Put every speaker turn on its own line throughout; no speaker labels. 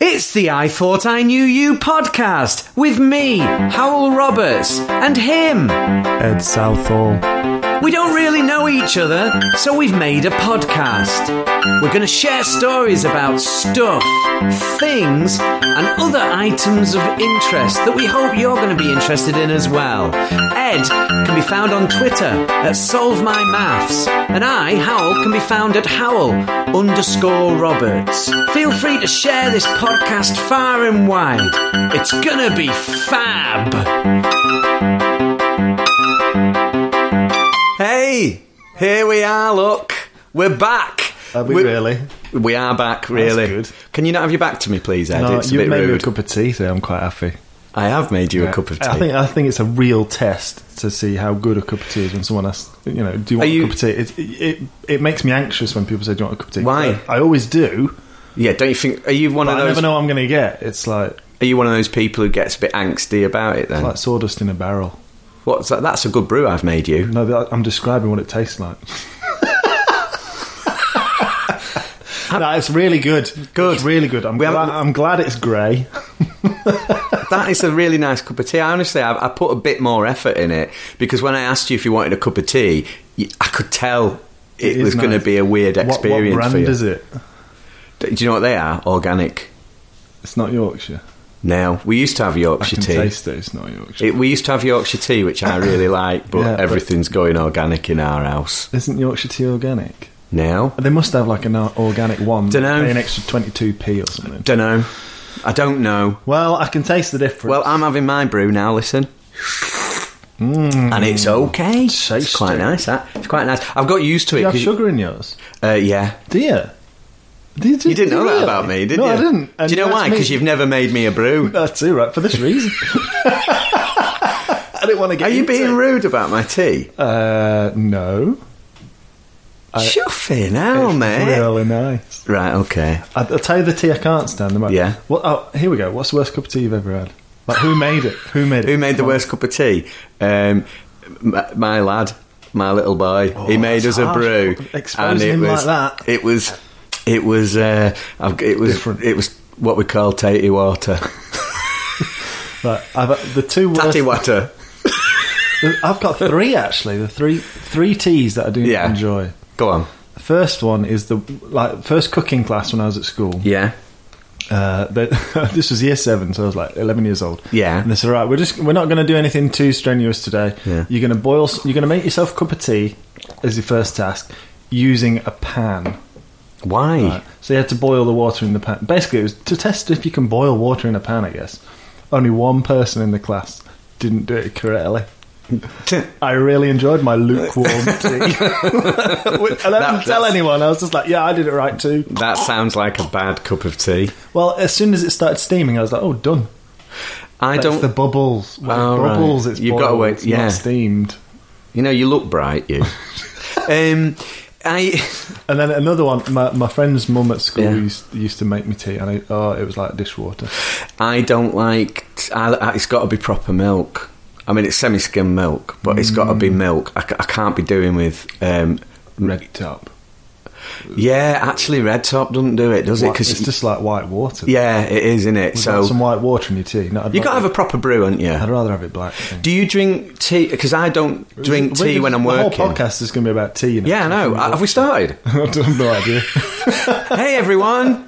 It's the I Thought I Knew You podcast with me, Howell Roberts, and him.
Ed Southall.
We don't really know each other, so we've made a podcast. We're going to share stories about stuff, things, and other items of interest that we hope you're going to be interested in as well. Ed can be found on Twitter at SolveMyMaths, and I, Howell, can be found at Howell underscore Roberts. Feel free to share this podcast far and wide. It's going to be fab. Hey, here we are. Look, we're back.
Are Uh, we
We're-
really?
We are back. Really
good.
Can you not have your back to me, please, Ed?
No,
it's a
you've
bit
made me a
rude.
cup of tea, so I'm quite happy.
I have made you a cup of tea.
I think I think it's a real test to see how good a cup of tea is when someone asks, you know, do you want
you-
a cup of tea? It, it it makes me anxious when people say, "Do you want a cup of tea?"
Why?
I, always do,
yeah, don't you think? Are you one
but
of
I
those?
never know what I'm going to get. It's like
Are you one of those people who gets a bit angsty about it? Then
like sawdust in a barrel.
what's that? That's a good brew I've made you.
No, that- I'm describing what it tastes like. no, it's really good.
Good.
it's really good. I'm
We
glad,
haven't-
I'm glad it's grey.
that is a really nice cup of tea. I honestly, I, I put a bit more effort in it because when I asked you if you wanted a cup of tea, you, I could tell it,
is
was going to
nice.
be a weird
What-
experience
What, brand
for you.
is it?
Do you know what they are? Organic.
It's not Yorkshire.
Now we used to have
I
Yorkshire
can
tea.
taste it. It's not Yorkshire.
It, we used to have Yorkshire tea, which I really like, but
Yeah, but-
everything's going organic in our house
Isn't Yorkshire tea organic?
now.
They must have like an o- organic one.
Dunno.
Pay an extra twenty two p or something.
Don't know. I don't know.
Well, I can taste the difference.
Well, I'm having my brew now. Listen,
Mm.
and it's okay. It's
Tasty.
quite nice. That it's quite nice. I've got used to
Do
it.
you have
'cause-
sugar in yours,
Uh, yeah,
do you? Do do-
you didn't
do
know that
really?
about me, did
no,
you?
I didn't.
Do you know why? Because you've never made me a brew.
That's too right for this reason. I didn't want to get.
Are you
into
being
it.
rude about my tea?
Uh, no.
Chuffing now, Oh,
It's
mate.
Really nice.
Right. Okay.
I, I'll tell you the tea I can't stand. About.
Yeah.
Well, oh, here we go. What's the worst cup of tea you've ever had? Like, who made it? Who made it?
Who made the worst cup of tea? Um, my, my lad, my little boy. he made us
Oh, that's
a
harsh.
brew,
Exposing
it
him like
was,
that.
It was, it was, uh, I've g- it was,
Different.
it was what we call tatty water.
Right, I've, uh, the two worst.
tatty water.
I've got three actually. The three three teas that I do
Yeah.
enjoy.
Go on.
The first one is the like first cooking class when I was at school.
Yeah.
Uh, they, this was year seven, so I was like eleven years old.
Yeah.
and they said, "Right, we're just we're not going to do anything too strenuous today.
Yeah.
You're going to boil. s- You're going to make yourself a cup of tea as your first task using a pan.
Why?
Right. So you had to boil the water in the pan. Basically, it was to test if you can boil water in a pan. I guess only one person in the class didn't do it correctly. I really enjoyed my lukewarm tea. and I
That-
didn't tell
that's-
anyone. I was just like, yeah, I did it right too.
that sounds like a bad cup of tea.
Well, as soon as it started steaming, I was like, oh, done.
I
That's
don't.
the bubbles. When
Oh,
it
right.
bubbles, it's
You've
boiled,
got to wait-
It's
yeah.
not steamed.
you know, you look bright. You. um, I.
And then another one, my, my friend's mum at school
Yeah.
used, used to make me tea, and I, oh, it was like dishwater.
I don't like. I, I- it's got to be proper milk. I mean, it's semi-skim milk, but it's got to
Mm.
be milk. I, ca- I can't be doing with. Um,
Red top.
yeah, actually, Red Top doesn't do it, does it?
Whi- it's
Because
just like white water.
yeah, it is, isn't it?
We've got some
So
white water in your tea. No, I'd
you got to
rather-
have a proper brew, haven't
I'd
you?
rather have it black. I think.
Do you drink tea? Because I don't drink
We're
tea
just-
when I'm
the whole
working.
podcast is going to be about tea. You know,
Yeah, I know. Uh, Have we started?
I have no idea.
hey, everyone!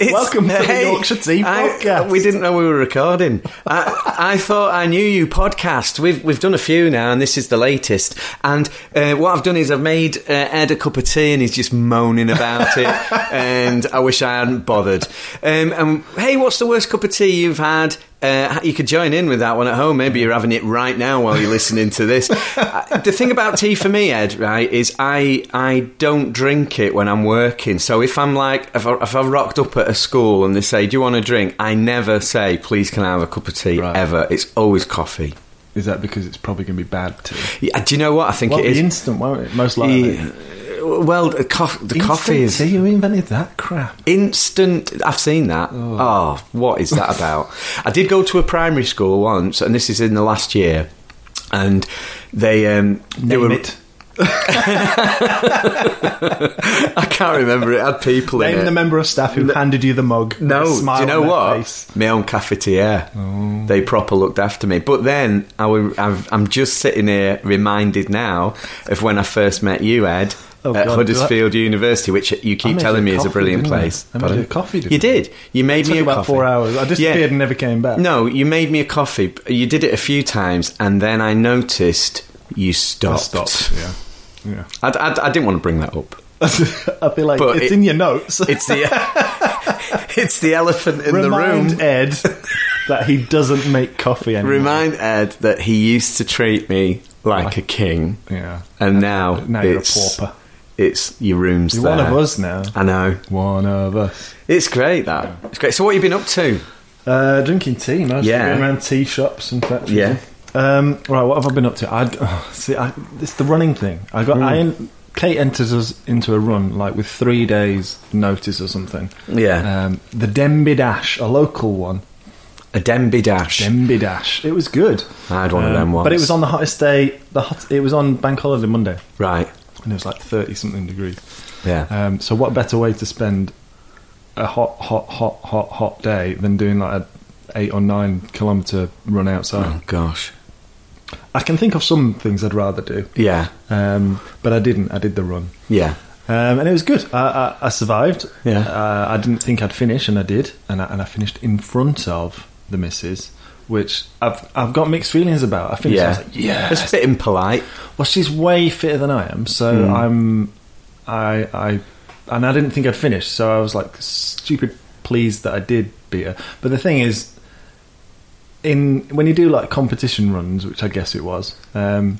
It's-
Welcome to the Yorkshire Tea
I-
Podcast.
we didn't know we were recording. I, I thought I knew you podcast. We've we've done a few now, and this is the latest. And uh, what I've done is I've made uh, Ed a cup of tea, and he's just moaning about it. and I wish I hadn't bothered. Um, and hey, what's the worst cup of tea you've had? Uh, you could join in with that one at home. Maybe you're having it right now while you're listening to this. Uh, the thing about tea for me, Ed, right, is I I don't drink it when I'm working. So if I'm like if I, if I rocked up at a school and they say, "Do you want a drink?" I never say, "Please, can I have a cup of tea?"
Right.
Ever. It's always coffee.
Is that because it's probably going to be bad tea?
Yeah, do you know what I think
Well,
it
the
is?
instant, won't it? Most likely.
Yeah. Well, the, co- the
Instant
coffee is
tea. Who invented that crap?
instant i've seen that oh. what is that about i did go to a primary school once and this is in the last year and they um they
Name
were
it.
I can't remember it. Had people in
Name
it.
the member of staff who handed you the mug. with
no,
a smile
do you know
on their
what?
face. Oh.
My own cafetiere. They proper looked after me. But then I were, I've, I'm just sitting here reminded now of when I first met you, Ed,
Oh,
at
God,
Huddersfield University, which you
I
keep
made
telling me
you a
is a
coffee,
brilliant
didn't I?
place.
I made
Pardon?
you a coffee, didn't
You
I?
did. You made
It took
me a
about
coffee.
four hours. I disappeared
Yeah.
and never came back.
No, you made me a coffee. but You did it a few times, and then I noticed you
I
stopped.
stopped. Yeah, yeah.
I, I- I didn't want to bring that up.
I feel like
But it-
it's in your notes.
It's the it's the elephant in
Remind
the room.
Ed that he doesn't make coffee anymore.
Remind Ed that he used to treat me like, a king,
Yeah.
and now
Now you're a
it's,
pauper.
It's your rooms.
You're one
there.
of us now.
I know.
One of us.
It's great that. It's great. So what have you been up to?
Uh, drinking tea, mostly
Yeah.
going around tea shops and factories.
Yeah.
Um, right, what have I been up to? I oh, see. I, it's the running thing. I got.
Hmm.
I en- Kate enters us into a run like with three days notice or something.
Yeah.
Um, the Denby Dash, a local one.
A Denby dash.
Denby Dash. It was good. Um,
I had one of them once.
But it was on the hottest day. The hot, It was on Bank Holiday Monday,
right.
and it was like thirty something degrees.
Yeah.
Um, so what better way to spend a hot, hot, hot, hot, hot day than doing like a eight or nine kilometer run outside?
oh gosh.
I can think of some things I'd rather do,
Yeah.
um, but I didn't. I did the run,
Yeah.
um, and it was good. I, I, I survived.
Yeah.
uh, I didn't think I'd finish, and I did, and I, and I finished in front of the missus, which I've I've got mixed feelings about. I finished. I was
Yeah.
like, yeah,
It's a bit impolite.
Well, she's way fitter than I am, so I'm, I, I, and I didn't think I'd finish, so I was like stupid pleased that I did beat her. But the thing is, in when you do like competition runs, which I guess it was, um,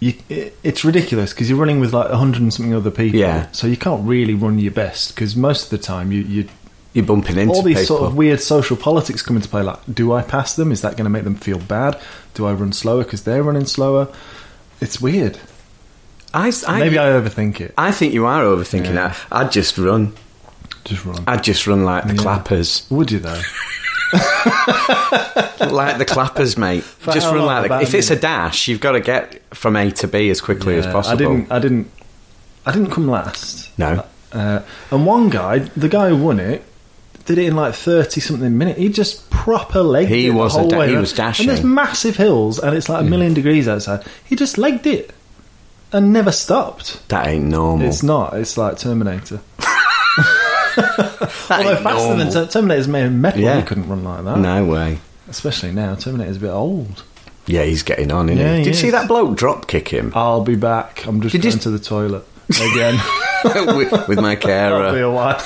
you it, it's ridiculous because you're running with like a hundred and something other people,
Yeah.
So you can't really run your best because most of the time you you
You're bumping into
all these
people.
sort of weird social politics come into play. Like, do I pass them? Is that going to make them feel bad? Do I run slower because they're running slower? It's weird.
I, I,
Maybe I overthink it.
I think you are overthinking
Yeah.
that. I'd just run.
Just wrong.
I'd just run like the
Yeah.
clappers,
Would you though?
like the clappers, mate.
For
just
how
run
long?
like the,
About a
if it's a
minute.
dash, you've got to get from A to B as quickly as
Yeah,
possible.
I didn't. I didn't. I didn't come last.
No.
Uh, and one guy, the guy who won it, did it in like thirty something minute. He just proper legged
He
it
was a
the whole
da-
way.
he
around.
was dashing.
And there's massive hills, and it's like a million degrees outside. He just legged it, and never stopped.
That ain't normal.
It's not. It's like Terminator.
That
Although
ain't
faster than
normal.
Ter- Terminator's made of metal,
Yeah.
he couldn't run like that.
no way.
Especially now, Terminator's a bit old.
Yeah, he's getting on, isn't
Yeah,
he?
he
Did you see
is.
that bloke drop kick him
I'll be back. I'm just
Did you
going
s-
to the toilet again.
with, with my
That'll be
carer?
a while.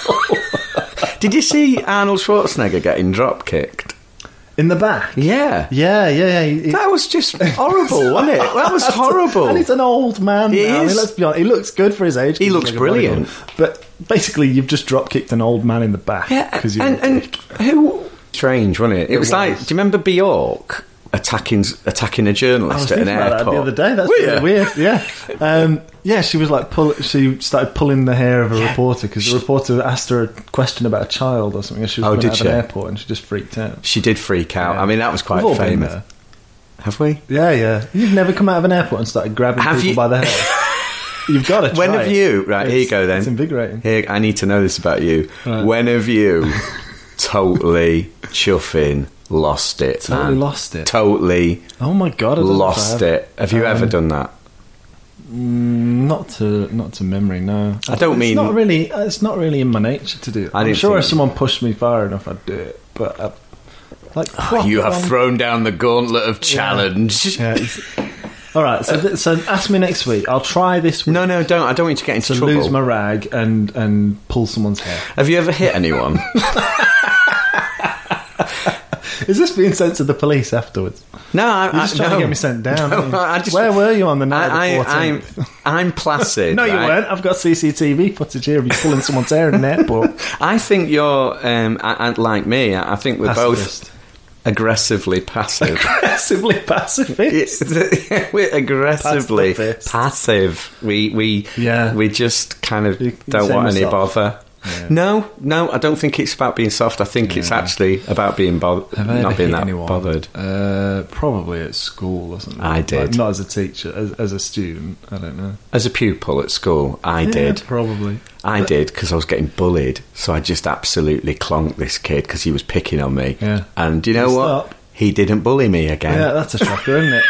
Did you see Arnold Schwarzenegger getting drop kicked?
In the back.
Yeah.
Yeah, yeah, yeah. he- he-
That was just horrible, wasn't it? That was
That's-
horrible.
And he's an old man.
He
now. I mean,
is.
let's be honest. He looks good for his age. 'cause
He
he's
looks
like a
brilliant.
bodybuilder. But basically, you've just drop kicked an old man in the back.
Yeah,
'cause you're
and,
a
and
dick.
who? Strange, wasn't it? It, was,
was.
like, do you remember Bjork attacking attacking a
I was
journalist at
thinking
an
about
airport
that the other day. That's
Were
really
you?
weird. Yeah, um, yeah. She was like, pull, she started pulling the hair of a reporter because the reporter asked her a question about a child or something. and She was
Oh,
coming
did
out of an
she?
airport and she just freaked out.
She did freak out. I mean, that was quite
We've all been
famous.
there.
Have we?
Yeah, yeah. You've never come out of an airport and started grabbing
Have
people
you-
by the hair. You've got to. Try
When have
it.
you? Right, here you
It's-
go then.
It's invigorating.
Here, I need to know this about you.
Right.
When have you totally chuffing lost it?
Totally
man?
lost it.
Totally
Oh my god! I don't know if I
lost it. Have you
Um,
ever done that?
Mm, Not to not to memory, no.
I don't
it's
mean-
not really. It's not really in my nature to do. It.
I
I'm
didn't
sure
think-
if someone pushed me far enough, I'd do it. But I, like,
Ah, You have
proper-
thrown down the gauntlet of challenge.
Yeah, it's- All right. So, th- so ask me next week. I'll try this week
No, no, don't. I don't want you to get into
to
trouble.
lose my rag and and pull someone's hair.
Have you ever hit anyone?
Is this being sent to the police afterwards?
No, I,
You're just
I,
trying
no.
to get me sent down.
No,
aren't you?
I just-
Where were you on the night
I,
of the
I, I'm,
14th?
I'm placid.
no, you
right?
weren't. I've got CCTV footage here of you pulling someone's hair in an airport.
I think you're um, I, I, like me. I I think we're
Pacifist.
both aggressively passive.
Aggressively pacifist.
we're aggressively
Pacifist.
passive. We we
Yeah.
We just kind of
You- you
don't
say
want any
myself.
bother. No, no, I don't think it's about being soft. I think it's
Yeah.
actually about being bothered,
Have I ever
not being
hit
that
anyone?
bothered.
Uh, probably at school or something.
I did.
Like, not as a teacher, as, as a student. I don't know.
As a pupil at school, I did.
Yeah, probably.
I did because I was getting bullied, so I just absolutely clonked this kid because he was picking on me.
Yeah.
And do you know
Good
what?
start.
He didn't bully me again.
Yeah, that's a shocker, isn't it?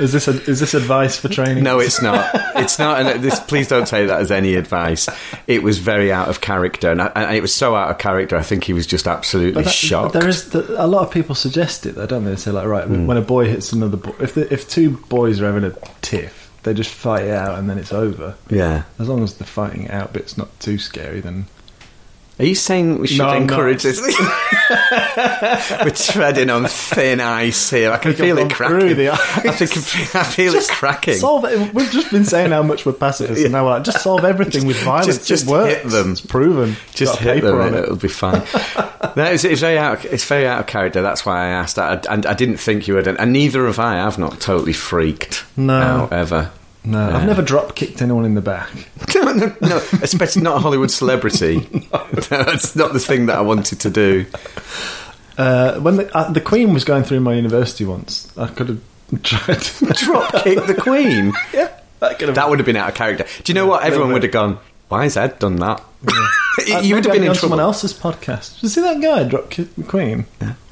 Is this a, is this advice for training?
No, it's not. It's not. And this, please don't take that as any advice. It was very out of character, and, I, and it was so out of character. I think he was just absolutely
But that-
shocked. Hmm.
There is th a lot of people suggest it. though, don't they? They say like, right, when a boy hits another boy, if the, if two boys are having a tiff, they just fight it out and then it's over.
yeah.
As long as the fighting it out bit's not too scary, then
Are you saying we should
No, I'm
encourage
not.
this? We're treading on thin ice here. I can
We can
feel it
bump
cracking.
through the ice.
I think I feel it cracking.
solve it. We've just been saying how much we're pacifists, and now we're like, just solve everything with violence.
just- just
it works.
hit them.
It's proven.
just
Got a
hit
paper
them
on
and
it.
it'll be fine. no, it's, it's, very out, it's very out of character. That's why I asked that. I, and I didn't think you would. And neither have I. I've not totally freaked
No.
out ever.
No,
Yeah.
I've never drop kicked anyone in the back.
no, no, no, especially not a Hollywood celebrity. That's not the thing that I wanted to do.
Uh, when the, uh, the Queen was going through my university once, I could have tried to
Drop kick the Queen.
yeah, that could have.
That would have been out of character. Do you know what?
a little
Everyone would
bit.
have gone, why has Ed done that?
Uh,
you would
maybe
have
I'd
been in
on
trouble.
someone else's podcast. Did you see that guy drop kick the Queen?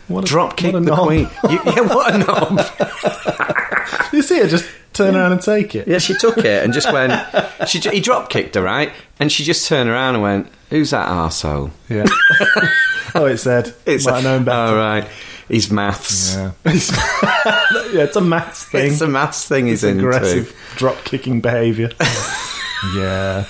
What a-
Drop kick
what
the
a knob.
Queen. You, yeah, what a knob.
you see her just turn around and take it.
Yeah, she took it and just went. She j- he drop kicked her right, and she just turned around and went, "Who's that arsehole?
Yeah. oh, it said. It's Might have known
All
better.
right, he's maths.
Yeah. yeah, it's a maths thing.
It's a maths thing. He's into.
aggressive drop kicking behaviour. yeah.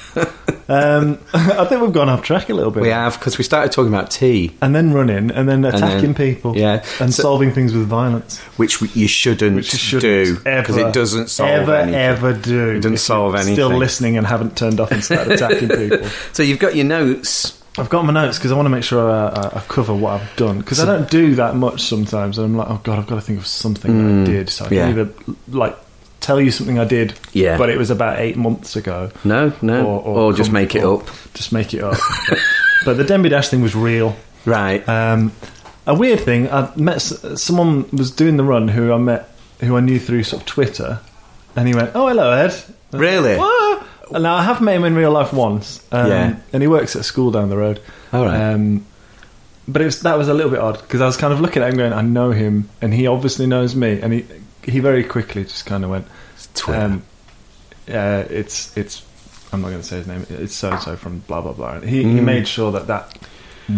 Um, I think we've gone off track a little bit.
We have because we started talking about tea,
And then running, and then attacking
then-
people,
yeah.
and
So-
solving things with violence,
which we, you shouldn't,
which you shouldn't
do
ever,
because it doesn't solve
ever,
anything.
ever do.
It doesn't
if
solve
you're
anything.
Still listening and haven't turned off and started attacking people.
So you've got your notes.
I've got my notes because I want to make sure I, I, I cover what I've done because I don't do that much sometimes, and I'm like, oh god, I've got to think of something that I did. So I can
Mm, yeah.
either like tell you something I did,
Yeah.
but it was about eight months ago.
No, no, or, just
come-
make it
or
up.
Just make it up. but the Denby Dash thing was real.
Right.
Um, a weird thing. I met s- someone was doing the run who I met, who I knew through sort of Twitter, and he went, "Oh, hello, Ed." And I was
Really?
like, "Whoa." And now I have met him in real life once. Um,
Yeah.
And he works at a school down the road.
All right.
Um, but it was, that was a little bit odd because I was kind of looking at him going, I know him, and he obviously knows me, and he he very quickly just kind of went,
Twitter.
um, uh, it's it's I'm not going to say his name. It's so and so from blah blah blah. And He, he
Mm.
made sure that that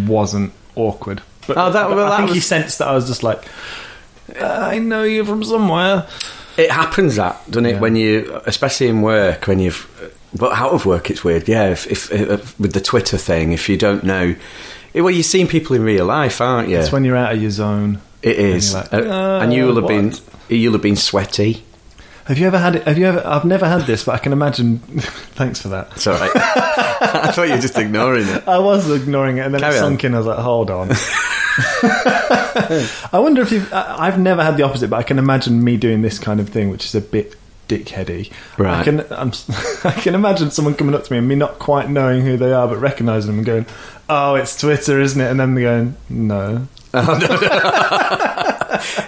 wasn't awkward. But,
Oh, that-
but
well, that
I think he
was-
sensed that I was just like, "Uh, I know you from somewhere.
It happens that, doesn't it?
Yeah.
When you, especially in work, when you've, but out of work, it's weird. Yeah, if, if, if with the Twitter thing, if you don't know, it, well, you've seen people in real life, aren't you?
It's when you're out of your zone.
it is,
and
and,
you're like, uh,
and you'll have been,
what?
you'll have been sweaty.
Have you ever had it? Have you ever? I've never had this, but I can imagine. thanks for that.
It's all right. I thought you were just ignoring it.
I was ignoring it, and then
Carry
it
on.
sunk in. I was like, "Hold on." I wonder if you've. I- I've never had the opposite, but I can imagine me doing this kind of thing, which is a bit dickheady.
Right.
I can. I'm, I can imagine someone coming up to me and me not quite knowing who they are, but recognizing them and going, "Oh, it's Twitter, isn't it?" And then they're going, "No."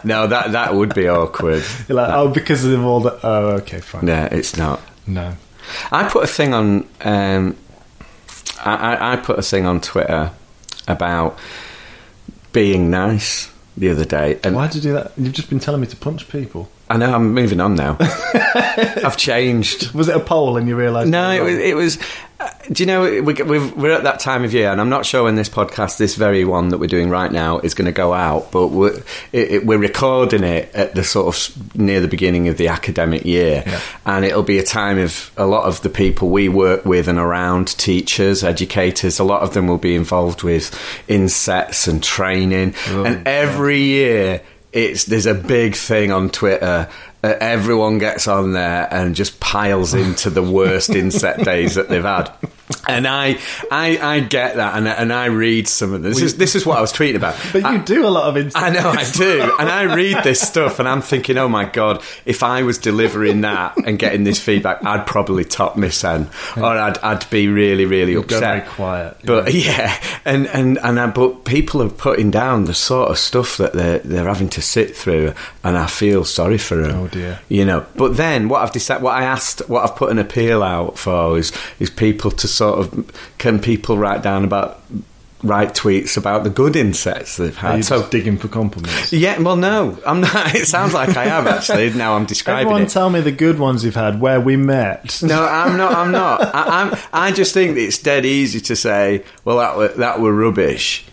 No, that that would be awkward.
You're like, "Oh, because of all the." Oh, okay, fine.
No, it's not.
No.
I put a thing on. Um, I, I, I put a thing on Twitter about being nice the other day, and
Why did you do that? You've just been telling me to punch people.
I know I'm moving on now. I've changed.
Was it a poll and you realised?
No, it was. It was uh, do you know we, we've, we're at that time of year, and I'm not sure when this podcast, this very one that we're doing right now, is going to go out. But we're, it, it, we're recording it at the sort of s- near the beginning of the academic year,
Yeah.
and it'll be a time of a lot of the people we work with and around, teachers, educators. A lot of them will be involved with insets and training,
Oh,
and every year it's there's a big thing on Twitter. Uh, everyone gets on there and just piles into the worst inset days that they've had. And I, I, I get that, and, and I read some of this. This is, this is what I was tweeting about.
But
I-
you do a lot of insta-
I know I do, and I read this stuff, and I'm thinking, oh my god, if I was delivering that and getting this feedback, I'd probably top Miss N, or I'd, I'd be really, really
go
upset.
very quiet,
but yeah, and and and I, but people are putting down the sort of stuff that they're they're having to sit through, and I feel sorry for them.
Oh, dear.
you know. But then what I've decided, what I asked, what I've put an appeal out for is is people to sort of can people write down about write tweets about the good insects they've
Are you
had. So
just digging for compliments?
yeah, well, no, I'm not. It sounds like I am actually. Now I'm describing
Everyone,
it.
tell me the good ones you've had where we met.
no, I'm not. I'm not. I, I'm. I just think that it's dead easy to say, well, that were, that were rubbish,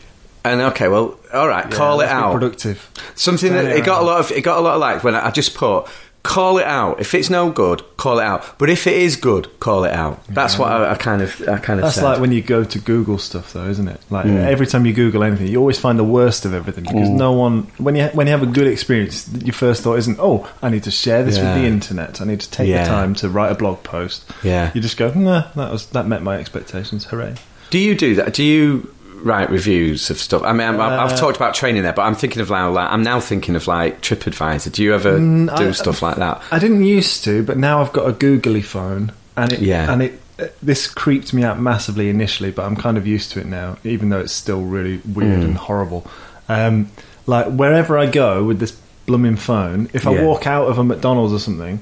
and okay, well, all right, call it
Let's be
out.
Productive.
Something
Turn
that
it
it got a lot of. It got a lot of like when I just put. Call it out. If it's no good, call it out. But if it is good, call it out. That's what I, I kind of, I kind of
That's
said.
like when you go to Google stuff, though, isn't it? Like
Hmm.
every time you Google anything, you always find the worst of everything because no one. When you when you have a good experience, your first thought isn't, "Oh, I need to share this
Yeah.
with the internet. I need to take
Yeah.
the time to write a blog post."
Yeah.
you just go, "Nah, that was that met my expectations. Hooray!"
Do you do that? Do you write reviews of stuff? I mean, I'm, I've-
Uh,
I've talked about training there, but I'm thinking of now, like, I'm now thinking of like TripAdvisor. Do you ever
Mm,
do
I-
stuff like that?
I didn't used to, but now I've got a googly phone, and it
Yeah.
and it uh, this creeped me out massively initially, but I'm kind of used to it now, even though it's still really
Hmm.
weird and horrible. Um, like wherever I go with this blooming phone, if I
Yeah.
walk out of a McDonald's or something,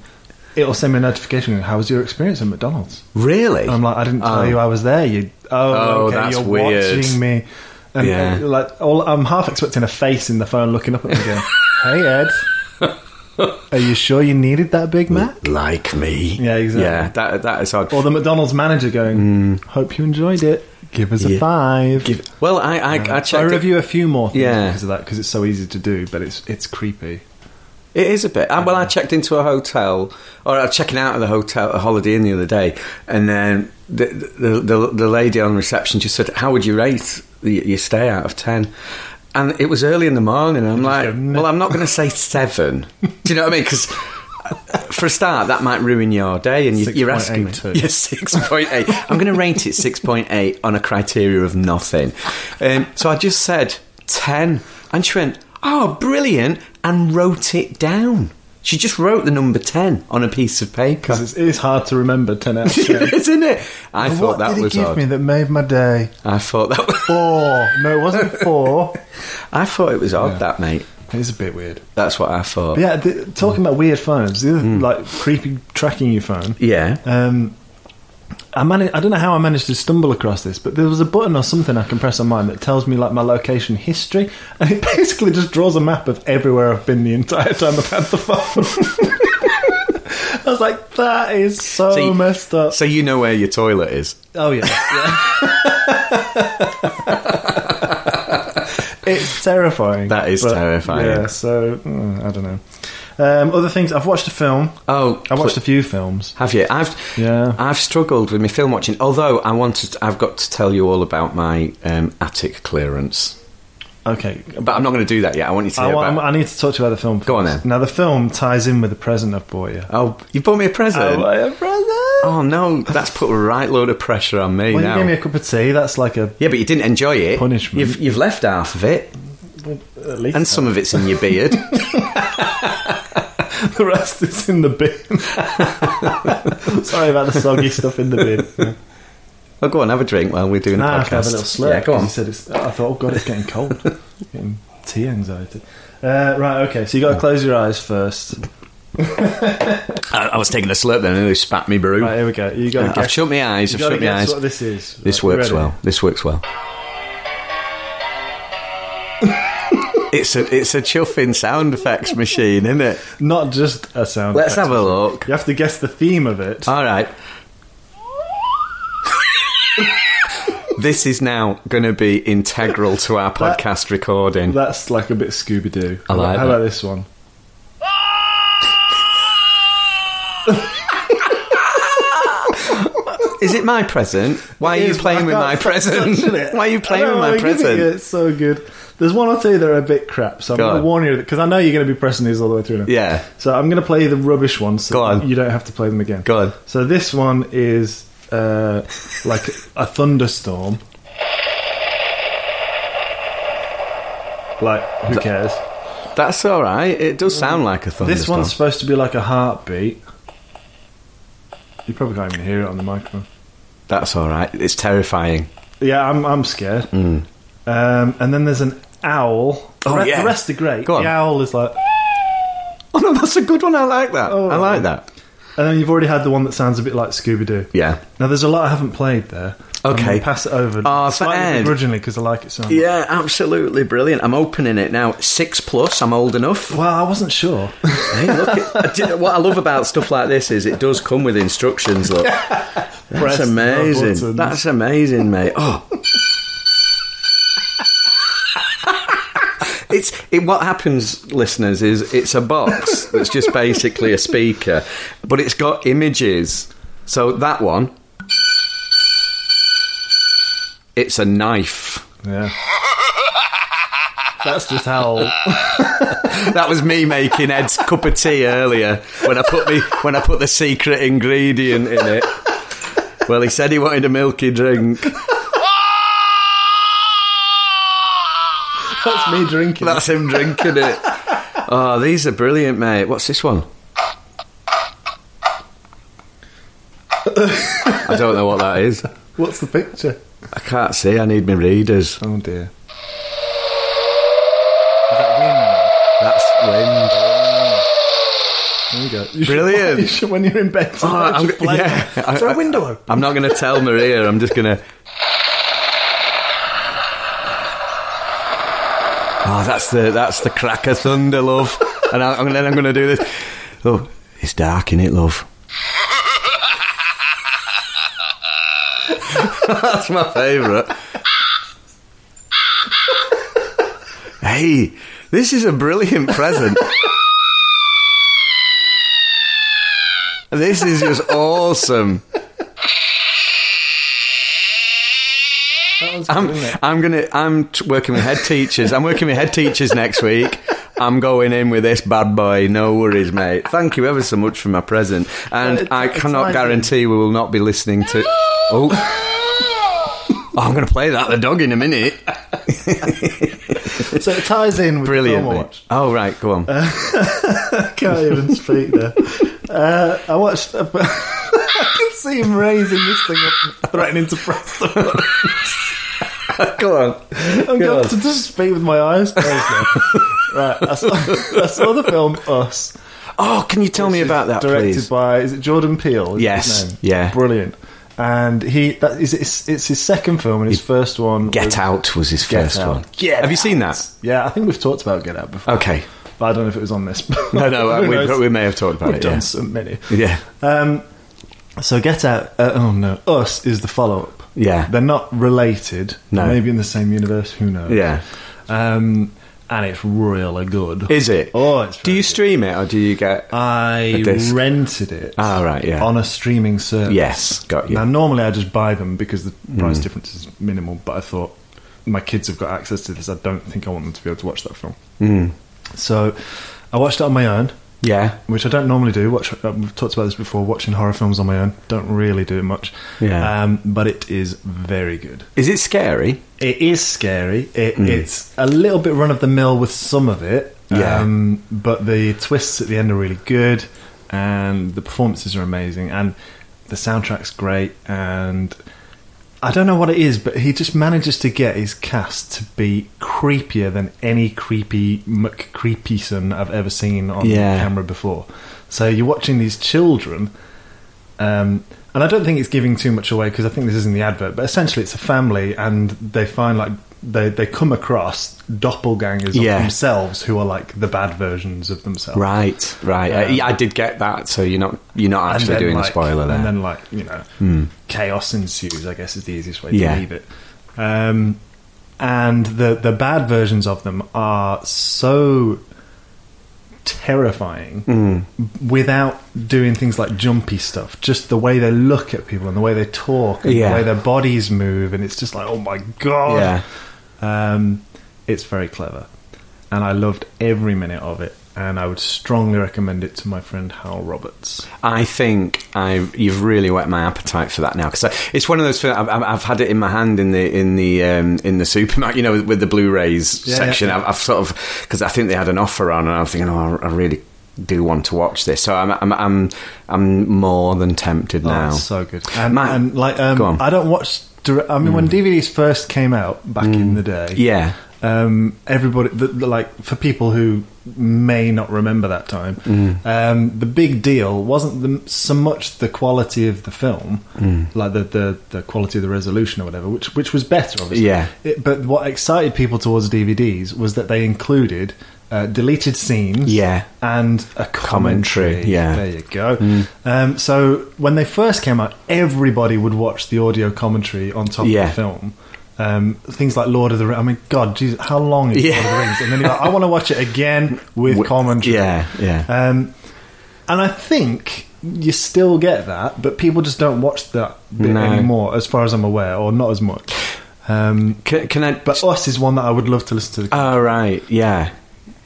it'll send me a notification. How was your experience at McDonald's?
Really?
And I'm like, I didn't tell
Oh.
you I was there. You, oh,
Oh,
okay,
that's
you're
weird.
watching me. And
Yeah.
uh, like, all, I'm half expecting a face in the phone looking up at me going, "Hey Ed, are you sure you needed that Big Mac?"
Like me?
Yeah, exactly.
Yeah, that that is odd.
Or the McDonald's manager going, "Hope you enjoyed it. Give us a
Hmm. Yeah.
five.
well, I I,
Yeah.
I
So I
checked. it.
review a few more things
Yeah.
because of that because it's so easy to do, but it's it's creepy.
It is a bit. Uh, Well, I checked into a hotel, or I was checking out of the hotel, a Holiday Inn the other day, and then the the, the, the lady on reception just said, "How would you rate the, your stay out of 10? And it was early in the morning. And I'm like,
go, "No."
well, I'm not going to say seven. Do you know what I mean? Because for a start, that might ruin your day, and you, you're asking me.
6.82.
Yes, six point eight. I'm going to rate it six point eight on a criteria of nothing. Um, so I just said ten, and she went, "Oh, brilliant!" and wrote it down. She just wrote the number ten on a piece of paper,
Because it is hard to remember ten out of ten.
isn't it? I
what
thought that
did
was
it give
odd.
me that made my day?
I thought that. Was,
Four. No, it wasn't four.
I thought it was odd.
Yeah.
That mate.
it is a bit weird.
That's what I thought.
But yeah, th- talking about weird phones, the other, like creepy tracking your phone.
yeah.
Um, I managed, I don't know how I managed to stumble across this, but there was a button or something I can press on mine that tells me like my location history, and it basically just draws a map of everywhere I've been the entire time I've had the phone. I was like, that is so
So you-
Oh, messed up.
So you know where your toilet is.
Oh yeah. it's terrifying.
That is
but,
terrifying.
Yeah. So mm, I don't know. Um, other things. I've watched a film.
Oh,
I watched
pl-
a few films.
Have you? I've
Yeah.
I've struggled with my film watching. Although I wanted, I've got to tell you all about my um, attic clearance,
Okay.
but I'm not going to do that yet. I want you to hear
I, want,
about.
I need to talk to you about the film.
Go on
first.
then.
Now the film ties in with the present I've bought you.
oh, you bought me a present.
bought you a present.
oh no, that's put a right load of pressure on me
Well, you
now.
gave me a cup of tea. That's like a
yeah, but you didn't enjoy it.
Punishment.
You've you've left half of it,
at least
and some of it's in your beard.
the rest is in the bin. Sorry about the soggy stuff in the bin.
well, Oh, go on, have a drink while we're doing a
Nah, I
podcast.
can have a little slurp.
yeah, go
'cause
on.
He said it's, I thought, oh god, it's getting cold. getting tea anxiety. Uh, right, okay. So you got to close your eyes first.
I, I was taking a slurp then, and they spat me brew.
Right, here we go. You got to
I've
guess.
shut my eyes.
You
I've
got to
shut my
guess
eyes.
what this is.
This
Right, you
works
ready?
well. This works well. it's a it's a chuffing sound effects machine, isn't it?
Not just a sound.
Let's
effect.
have a look.
You have to guess the theme of it.
All right. this is now going to be integral to our
That-
podcast recording.
That's like a bit Scooby Doo.
I like
How
that.
about this one?
is it my present? Why are
It
you
is,
playing
I
with
can't
my
stop
present?
touching it.
Why are you
I
playing
know,
with my
I'm giving you,
present?
It's so good. There's one or two that are a bit crap, so I'm
Go
going to
on.
warn you because I know you're going to be pressing these all the way through now.
Yeah.
So I'm going to play the rubbish ones so
Go on.
you don't have to play them again.
Go on.
So this one is uh, like a thunderstorm. Like, who cares?
That's all right. It does sound like a thunderstorm.
Oh. This one's supposed to be like a heartbeat. You probably can't even hear it on the microphone.
That's all right. It's terrifying.
Yeah, I'm, I'm scared. Um, and then there's an owl. The,
Hmm. Oh,
re-
yeah.
the rest are great.
Go on.
The owl is like.
Oh no, that's a good one. I like that.
Oh.
I like that.
And then you've already had the one that sounds a bit like Scooby Doo.
Yeah.
Now, there's a lot I haven't played there. I'm
Okay.
gonna pass it over.
Ah, for
slightly
Ed.
begrudgingly because I like it so much.
Yeah, absolutely brilliant. I'm opening it now. Six plus. I'm old enough.
Well, I wasn't sure.
Hey, look, it, do you know what I love about stuff like this is it does come with instructions. Look,
Press
that's
the
amazing.
buttons.
That's amazing, mate. Oh. It's it, what happens, listeners, is it's a box that's just basically a speaker, but it's got images. So that one, it's a knife.
yeah. That's just how.
That was me making Ed's cup of tea earlier when I put me when I put the secret ingredient in it. Well, he said he wanted a milky drink.
That's me drinking.
That's him drinking it. Oh, these are brilliant, mate. What's this one? I don't know what that is.
What's the picture?
I can't see. I need my readers.
Oh dear. Is that
That's wind.
wind? There we go. You should-
Brilliant.
you should- when you're in bed,
Oh,
sometimes
I'm
just
g-
play
yeah.
that. Is there a window open?
I'm not going to tell Maria. I'm just going to. Oh, that's the that's the crack of thunder, love. And I, and then I'm going to do this. Oh, it's dark in it, love. that's my favourite. hey, this is a brilliant present. this is just awesome.
That one's
I'm,
good, isn't it?
I'm gonna. I'm t- working with head teachers. I'm working with head teachers next week. I'm going in with this bad boy. No worries, mate. Thank you ever so much for my present, and
Uh, it's-
I
it's
cannot
like-
guarantee we will not be listening to. Oh. Oh, I'm going to play that the dog in a minute.
So it ties in with
Brilliant.
the film I
mate.
watched.
Oh right, go on.
Uh, I can't even speak there. Uh, I watched. I can see him raising this thing up and threatening to press the button.
go on.
I'm
Go
going
on.
to just speak with my eyes closed now. right, I saw, I saw the film Us.
Oh, can you tell me about that,
directed
please?
by is it Jordan Peele? Is
Yes,
his name?
yeah.
brilliant. And he that is it's, it's his second film and his first one. was
Get Out was his
Get
first
Out.
one. Have you seen that?
Yeah, I think we've talked about Get Out before.
Okay.
But I don't know if it was on this.
No, no, uh,
Who
we,
knows?
we may have talked about
We've
it.
done
yeah.
so many.
Yeah.
Um, so Get Out. Uh, oh no, Us is the follow up.
Yeah.
they're not related.
No.
maybe in the same universe. Who knows?
Yeah.
Um, and it's really good.
Is it?
Oh, it's
Do
very
you stream it or do you get?
I
A disc.
rented it.
Ah, right, yeah.
On a streaming service.
Yes, got you.
Now, normally I just buy them because the
Mm.
price difference is minimal, but I thought my kids have got access to this. I don't think I want them to be able to watch that film.
Mm.
So I watched it on my own,
Yeah.
which I don't normally do. Watch, uh, we've talked about this before, watching horror films on my own. Don't really do it much.
Yeah.
Um, but it is very good.
Is it scary?
It is scary. It,
Hmm.
It's a little bit run of the mill with some of it.
Yeah.
Um, but the twists at the end are really good, and the performances are amazing, and the soundtrack's great. And I don't know what it is, but he just manages to get his cast to be creepier than any creepy McCreepyson I've ever seen on
Yeah.
camera before. So you're watching these children um, and I don't think it's giving too much away because I think this is in the advert, but essentially it's a family and they find like they, they come across doppelgangers
Yeah.
of themselves who are like the bad versions of themselves.
Right, right. I-
Um,
yeah, I did get that, so you're not you're not actually doing
like,
a spoiler there. Hmm.
And then like, you know, chaos ensues, I guess is the easiest way to
Yeah.
leave it. Um, and the the bad versions of them are so terrifying
Hmm.
without doing things like jumpy stuff. Just the way they look at people and the way they talk and
Yeah.
the way their bodies move, and it's just like, oh my god. Um, it's very clever, and I loved every minute of it. and I would strongly recommend it to my friend Hal Roberts.
I think I you've really whet my appetite for that now because it's one of those. I've, I've- I've had it in my hand in the in the um, in the supermarket, you know, with, with the Blu-rays
Yeah,
section.
yeah.
I've, I've sort of because I think they had an offer on, and I'm thinking, oh, I really do want to watch this. So I'm I'm I'm, I'm more than tempted now.
it's so good. And,
Matt,
and like,
go on. Hmm.
um, I don't watch. Dire- I mean, when DVDs first came out back in the day,
yeah,
um, everybody the, the, like for people who may not remember that time
Hmm.
um, the big deal wasn't the, so much the quality of the film
Hmm.
like the, the, the quality of the resolution or whatever which which was better obviously
Yeah.
It- but what excited people towards DVDs was that they included uh, deleted scenes
Yeah.
and a commentary,
Commentary, yeah.
there you go um, so when they first came out everybody would watch the audio commentary on top
Yeah.
of the film um, things like Lord of the Rings. I mean, God, Jesus, how long is
Yeah.
Lord of the Rings? And then you're like, I want to watch it again with
Wi-
commentary.
yeah, yeah.
Um, and I think you still get that, but people just don't watch that bit
No.
anymore, as far as I'm aware, or not as much. Um,
can, can I?
but Us is one that I would love to listen to.
oh right, yeah,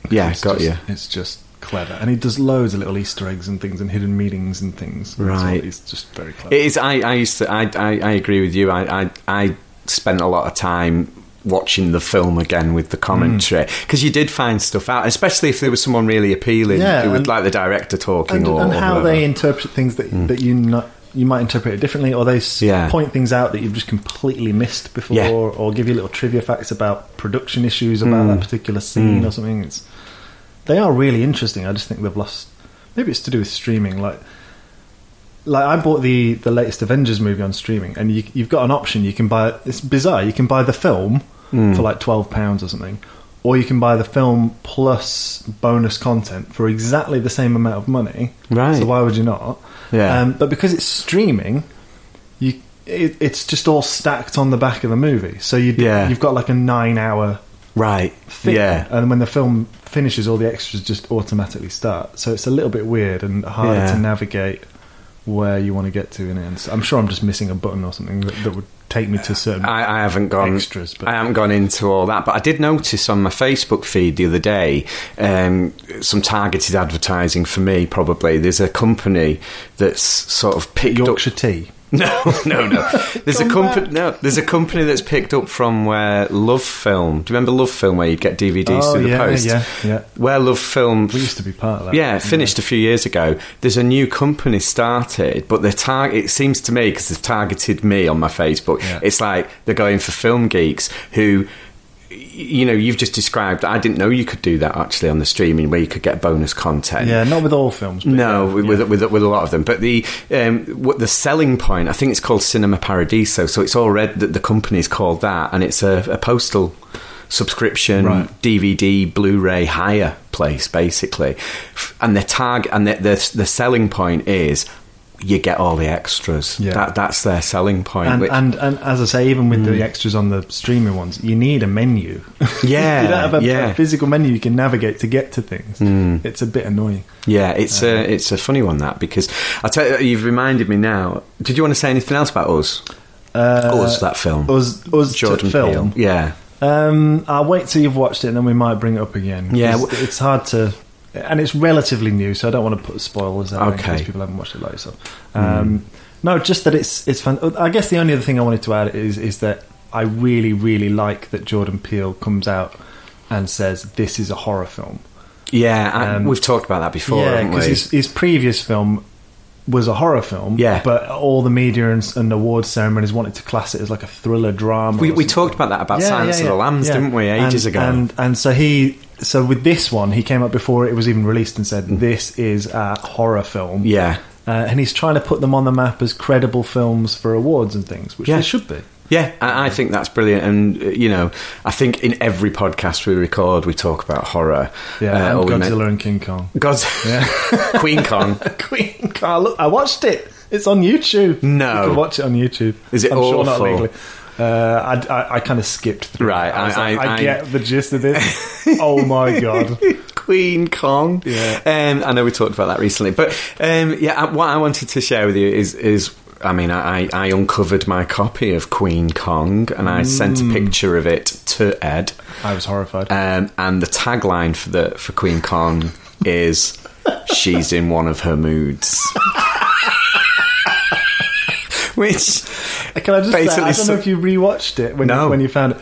yeah,
It's
got
just,
you.
It's just clever, and he does loads of little Easter eggs and things, and hidden meanings and things. And it's all-
Right.
it's just very clever.
It is. I, I used to. I, I, I agree with you. I, I, I spent a lot of time watching the film again with the commentary
Mm.
because you did find stuff out, especially if there was someone really appealing.
Yeah,
it would
and-
like the director talking
and,
or,
and
or
how
whatever.
they interpret things that, that you not, you might interpret it differently, or they s-
Yeah.
point things out that you've just completely missed before,
Yeah.
or give you little trivia facts about production issues about that particular scene or something. It's they are really interesting. I just think they've lost. Maybe it's to do with streaming, like. Like I bought the the latest Avengers movie on streaming, and you, you've got an option. You can buy it's bizarre. You can buy the film
Hmm.
for like twelve pounds or something, or you can buy the film plus bonus content for exactly the same amount of money.
Right.
So why would you not?
Yeah.
Um, but because it's streaming, you it, it's just all stacked on the back of the movie. So you
Yeah.
you've got like a nine hour
right?
thing,
Yeah,
and when the film finishes, all the extras just automatically start. So it's a little bit weird and harder
Yeah.
to navigate where you want to get to in it. And so I'm sure I'm just missing a button or something that, that would take me to certain.
I, I haven't gone
Extras, but-
I haven't gone into all that, but I did notice on my Facebook feed the other day um, some targeted advertising for me. Probably there's a company that's sort of picked up
Yorkshire tea.
No, no, no. There's a
Come
company.
back.
No, there's a company that's picked up from where Love Film. Do you remember Love Film, where you'd get DVDs
Oh,
through the
yeah,
post?
yeah, yeah.
Where Love Film.
We used to be part of that.
Yeah, finished a few years ago. There's a new company started, but they're tar- it seems to me because they've targeted me on my Facebook.
Yeah.
It's like they're going for film geeks who. y- You know, you've just described. I didn't know you could do that actually on the streaming, where you could get bonus content.
Yeah, not with all films. But
No,
yeah,
with,
yeah.
with with a lot of them. But the um, what the selling point, I think it's called Cinema Paradiso. So it's all red that the company's called that, and it's a, a postal subscription
Right.
DVD Blu-ray hire place basically. F- And their tag and the the, the selling point is you get all the extras.
Yeah.
That that's their selling point. Mm.
And,
which- Mm.
and and as I say, even with the extras on the streaming ones, you need a menu.
Yeah,
you don't have a,
yeah. Mm.
a physical menu you can navigate to get to things. It's a bit annoying.
yeah, it's
Uh-huh.
a it's a funny one that because I tell you, you've reminded me now. Did you want to say anything else about us?
Uh,
us that film.
Us, us
Jordan
to film.
Peele. Yeah.
Um, I'll wait till you've watched it, and then we might bring it up again. 'Cause
Yeah, w-
it's hard to, and it's relatively new, so I don't want to put spoilers out in
Okay. Hmm.
case people haven't watched it like yourself. Um, No, just that it's it's fun. I guess the only other thing I wanted to add is is that I really really like that Jordan Peele comes out and says this is a horror film.
Yeah, I,
Um,
we've talked about that before,
yeah,
haven't we?
because his, his previous film was a horror film.
Yeah.
but all the media and, and awards ceremonies wanted to class it as like a thriller drama.
we,
or
we
something.
talked about that about
Yeah,
Silence
yeah,
of the
yeah.
Lambs,
Yeah.
didn't we, ages
And-
ago?
And and so he so with this one he came up before it was even released and said this is a horror film.
Mm. yeah,
Uh, and he's trying to put them on the map as credible films for awards and things, which
Yeah.
they should be.
yeah, I, I think that's brilliant. And uh, you know, I think in every podcast we record, we talk about horror. Uh,
Yeah,
or
and
we
Godzilla
make-
and King Kong.
God's Queen Kong.
Queen Kong. Look, I watched it. It's on YouTube.
No.
you can watch it on YouTube.
Is it
I'm Sure not
awful?
legally. Uh, I, I, I kind of skipped through. it.
Right,
I, was
I-
like,
I-
I get the gist of this. oh my god!
Queen Kong.
Yeah.
Um, I know we talked about that recently, but um, yeah, I, what I wanted to share with you is is I mean, I, I uncovered my copy of Queen Kong and I sent
Mm.
a picture of it to Ed.
I was horrified.
Um, and the tagline for the for Queen Kong is "She's in one of her moods," which
Uh, Can I just say, I
basically
don't
so-
know if you rewatched it when,
No.
you, when you found it.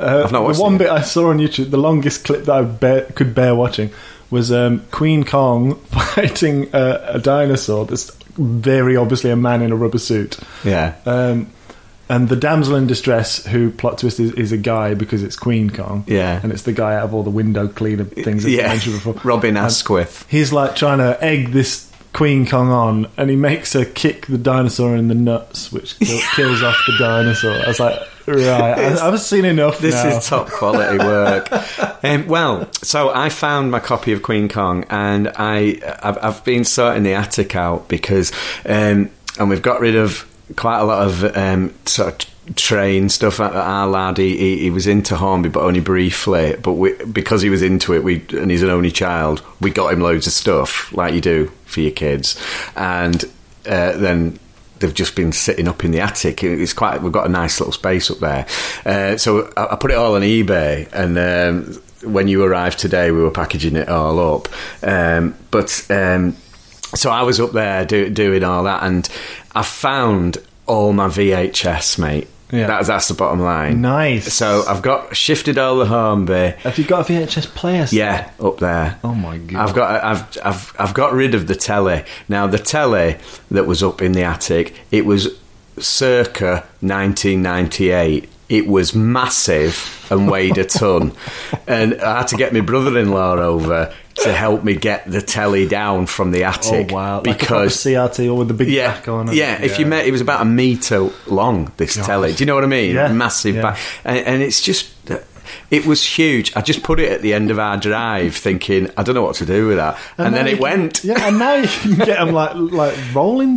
Uh,
I've not watched
the one
it.
bit I saw on YouTube, the longest clip that I bear, could bear watching, was um, Queen Kong fighting uh, a, a dinosaur that's very obviously a man in a rubber suit.
yeah,
Um, and the damsel in distress, who plot twist is, is a guy because it's Queen Kong.
Yeah.
And it's the guy out of all the window cleaner things that yeah.
yeah,
mentioned before. Um,
Robin
And
Asquith.
He's like trying to egg this Queen Kong on, and he makes her kick the dinosaur in the nuts, which kill, kills off the dinosaur. I was like, right, I, I've seen enough.
This
now.
is top quality work. um, well, so I found my copy of Queen Kong, and I I've, I've been sorting the attic out because, um, and we've got rid of quite a lot of um, sort of train stuff. Our- Our lad, he, he, he was into Hornby, but only briefly. But we, because he was into it, we and he's an only child, we got him loads of stuff like you do for your kids, and uh, then they've just been sitting up in the attic. It's quite. We've got a nice little space up there. Uh, so I, I put it all on eBay, and um, when you arrived today, we were packaging it all up. Um, but um, so I was up there do, doing all that, and I found all my VHS, mate.
Yeah.
That, that's the bottom line.
Nice.
So I've got shifted all the Hornby.
Have you got a VHS player?
Yeah, up there.
Oh my God.
I've got I've I've I've got rid of the telly. Now the telly that was up in the attic, it was circa 1998. It was massive and weighed a ton, and I had to get my brother-in-law over to help me get the telly down from the
Oh
attic.
wow! Like a proper
because
CRT or with the big
yeah,
back on. it.
Yeah, if you met, it was about a meter long. This telly, do you know what I mean?
Yeah,
Massive
yeah.
back, and, and it's just. uh, It was huge. I just put it at the end of our drive, thinking I don't know what to do with that, and,
now
then
you
it
can-
went.
Yeah, and now you can get them like like rolling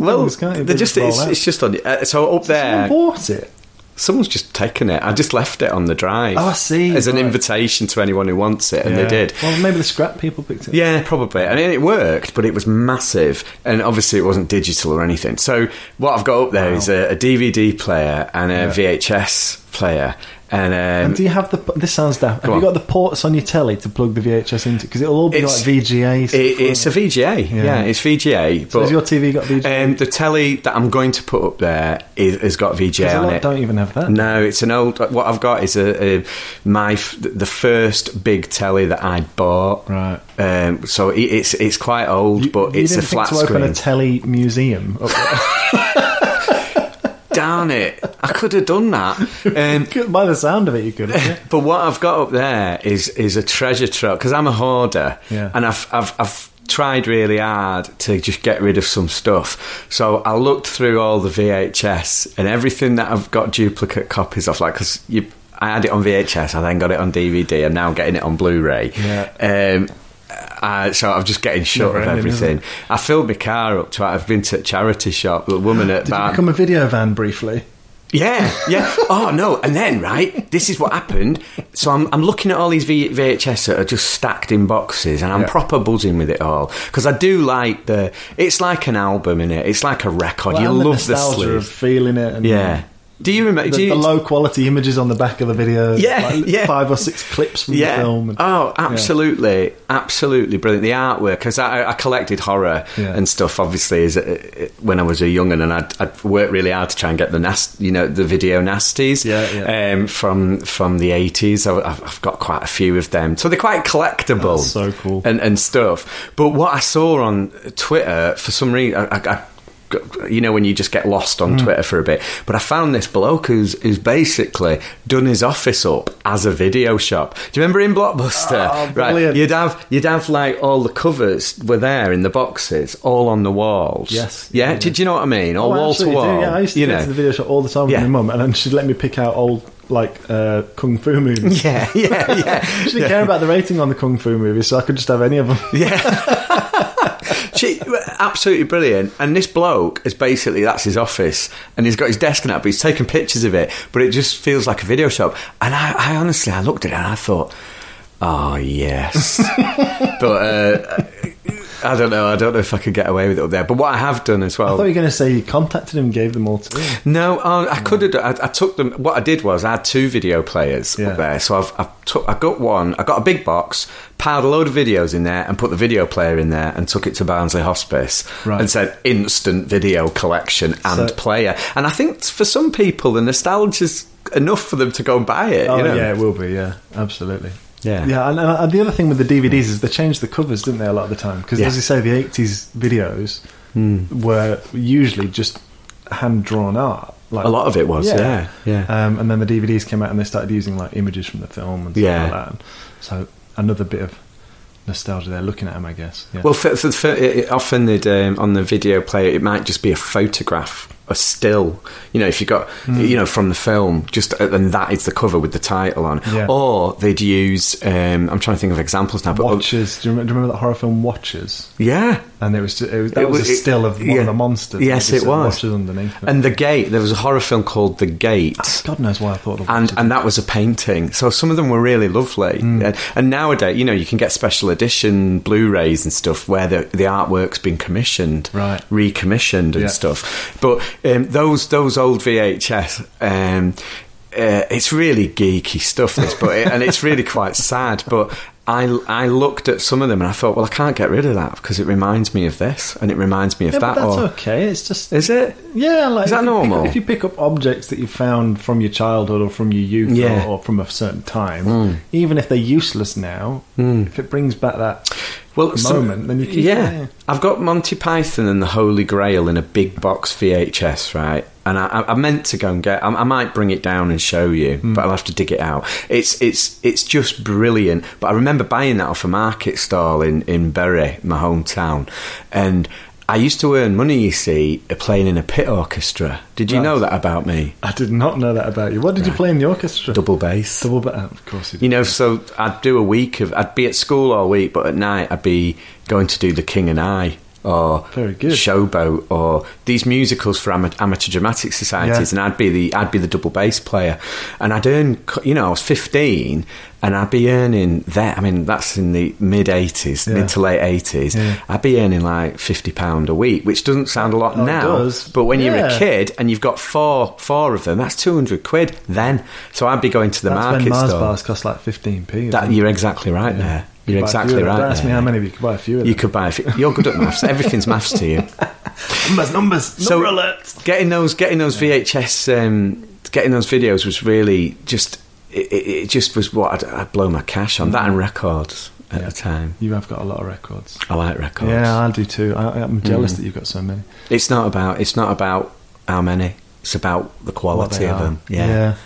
Well,
things, can't you?
they're just it's, it's just on. Uh, so up there,
Someone bought it.
someone's just taken it. I just left it on the drive.
Oh, I see,
As an
right.
invitation to anyone who wants it, and
Yeah.
they did.
Well, maybe the scrap people picked it.
Yeah, probably. And it worked, but it was massive. And obviously, it wasn't digital or anything. So, what I've got up there is a, a DVD player and a VHS player. And, um,
And do you have the? This sounds daft. Have
Go
you
on.
got the ports on your telly to plug the VHS into? Because it'll all be
It's-
like VGAs.
it, it's a VGA. Yeah, it's VGA. But
has your TV got VGA?
Um, the telly that I'm going to put up there is, has got
Because
VGA
a
on
lot
it.
don't even have that.
No, it's an old. What I've got is a, a my f- the first big telly that I bought.
Right.
Um, so it, it's it's quite old,
You-
but
you
it's a
didn't
flat
think to
screen.
open a telly museum. Oh, up
Darn it! I could have done that. Um,
there. By the sound of it, you could. yeah.
but what I've got up there is is a treasure trove because I'm a hoarder,
Yeah.
and I've, I've I've tried really hard to just get rid of some stuff. So I looked through all the VHS and everything that I've got duplicate copies of, like because you. I had it on VHS. I then got it on DVD. I'm now getting it on Blu-ray.
Yeah.
Um, uh, so I'm just getting short
Never
of
ending, isn't it?
everything. I filled my car up. To, I've been to a charity shop. The woman at
Did you
Bar-
become a video van briefly?
yeah, yeah. Oh no! And then, right, this is what happened. So I'm, I'm looking at all these v- VHS that are just stacked in boxes, and I'm
Yeah.
proper buzzing with it all because I do like the. It's like an album in it. It's like a record.
Well,
you
and the
love the,
nostalgia of
sleeve.
feeling it. And
Yeah. Do you remember?
The,
do you,
the low quality images on the back of the video.
Yeah,
like
yeah.
Five or six clips from the film. and-
oh, absolutely, absolutely brilliant. The artwork because I, I collected horror
Yeah.
and stuff. Obviously, is uh, uh, when I was a young and I'd, I'd worked really hard to try and get the nast, you know, the video nasties.
Yeah, yeah.
Um, from from the eighties, I've, I've got quite a few of them, so they're quite collectible.
That's so cool.
and and stuff. But what I saw on Twitter for some reason, I. I I- you know when you just get lost on
Hmm.
Twitter for a bit, but I found this bloke who's who's basically done his office up as a video shop. Do you remember in Blockbuster?
Oh,
right,
brilliant.
you'd have you'd have like all the covers were there in the boxes, all on the walls.
Yes.
yeah. Do, do you know what I mean? Or
Oh, I
wall to
absolutely do,
wall.
Yeah, I used to
you
go
know.
to the video shop all the time
Yeah.
with my mum, and then she'd let me pick out old like uh, kung fu movies.
yeah, yeah, yeah.
She didn't
yeah.
care about the rating on the kung fu movies, so I could just have any of them.
Yeah. she, absolutely brilliant. And this bloke is basically that's his office, and he's got his desk and that, but he's taking pictures of it. But it just feels like a video shop. And I, I honestly, I looked at it and I thought, oh yes, but. Uh, I don't know. I don't know if I could get away with it up there. But what I have done as
I
well.
thought you were going to say you contacted him, gave them all to him.
No, oh, I, I could have. I, I took them. What I did was I had two video players
Yeah.
up there, so I've, I've took. I got one. I got a big box, piled a load of videos in there, and put the video player in there, and took it to Barnsley Hospice,
Right.
and said instant video collection and
So-
player. And I think for some people, the nostalgia's enough for them to go and buy it.
Oh
you know?
yeah, it will be. Yeah, absolutely.
Yeah.
yeah. And, and the other thing with the DVDs is they changed the covers, didn't they? A lot of the time, because
Yeah. Hmm.
as you say, the '80s videos were usually just hand drawn art. Like
A lot of it was, yeah, yeah.
Um, and then the DVDs came out, and they started using like images from the film and stuff
Yeah.
like that. And so another bit of nostalgia there, looking at them, I guess. Yeah.
Well, for, for, for, it, it- often they'd, um, on the video player, it might just be a photograph, a still. You know, if you got,
Hmm.
you know, from the film, just uh, and that is the cover with the title on.
Yeah.
Or they'd use. Um, I'm trying to think of examples now, but uh, oh,
Watchers. Do you, remember, do you remember that horror film Watchers?
yeah.
And it was ju- it was, that
It
was,
was-
a
it-
still of one
yeah.
of the monsters.
Yes,
They just
it
had
was.
Watchers underneath. it.
And the gate. There was a horror film called The Gate.
God knows why I thought of
and
Watchers.
and that was a painting. So some of them were really lovely.
Mm.
And, and nowadays, you know, you can get special edition Blu-rays and stuff where the, the artwork's been commissioned,
Right.
recommissioned and
Yeah.
stuff. But um, those those old VHS. Um, uh, it's really geeky stuff, this, but it, and it's really quite sad. But I, I looked at some of them and I thought, well, I can't get rid of that because it reminds me of this and it reminds me of
Yeah,
that.
but that's
or,
okay. It's just
Is it?
yeah, like
Is that
if you pick up-
normal?
if you pick up objects that you found from your childhood or from your youth
Yeah. Hmm.
or, or from a certain time, even if they're useless now, if it brings back that
well, some-
moment, then you keep
yeah.
it. Yeah.
I've got Monty Python and the Holy Grail in a big box VHS, right? And I, I- I meant to go and get. I, I might bring it down and show you,
Hmm.
but I'll have to dig it out. It's it's it's just brilliant. But I remember buying that off a market stall in in Bury, my hometown, and. I used to earn money, you see, playing in a pit orchestra. Did you
Right.
know that about me?
I did not know that about you. What did you play in the orchestra?
Double bass.
Double ba- oh, of course you did.
You know, so I'd do a week of. I'd be at school all week, but at night I'd be going to do The King and I or
Very good.
Showboat or these musicals for ama- amateur dramatic societies, and I'd be the I'd be the double bass player, and I'd earn. c- You know, I was fifteen, and I'd be earning that. I mean, that's in the mid eighties,
Yeah.
mid to late eighties.
Yeah.
I'd be earning like fifty pound a week, which doesn't sound a lot
Oh, it
now,
does.
but when you're a
Yeah.
kid and you've got four four of them, that's two hundred quid then. So I'd be going to the
That's
market
when Mars
store.
bars cost like fifteen p.
That you're exactly right there. You're exactly right.
Ask me
there.
how many, but you could buy a few of them.
You could buy. A few. You're good at maths. Everything's maths to you.
numbers, numbers,
So-
number alert.
Getting those, getting those VHS, um, getting those videos was really just. It, it it just was what I'd, I'd blow my cash on. That and records at
Mm. Yeah.
the time.
You have got a lot of records.
I like records.
Yeah, I do too. I, I'm
Hmm.
jealous that you've got so many.
It's not about. It's not about how many. It's about the
What
quality
they
of
are.
them. Yeah.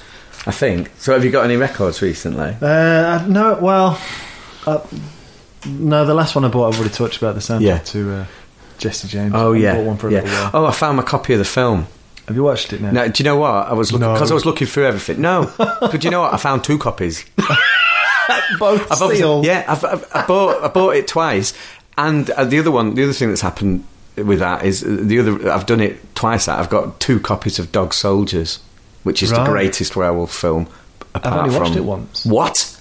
I think. So, have you got any records recently?
Uh, I- no, well, uh, no. The last one I bought, I've already talked about the soundtrack
Yeah.
to uh, Jesse James.
Oh
I
yeah.
bought one for a
yeah.
little while.
Oh, I found my copy of the film.
Have you watched it now?
No, do you know what? I was looking
No.
because I was looking through everything. No, but do you know what? I found two copies.
both
I've obviously- yeah, I've, I've, I bought I bought it twice, and uh, the other one, the other thing that's happened with that is uh, the other. I've done it twice. That I've got two copies of Dog Soldiers, which is
Right.
the greatest werewolf film. Apart
only watched
from-
it once.
What?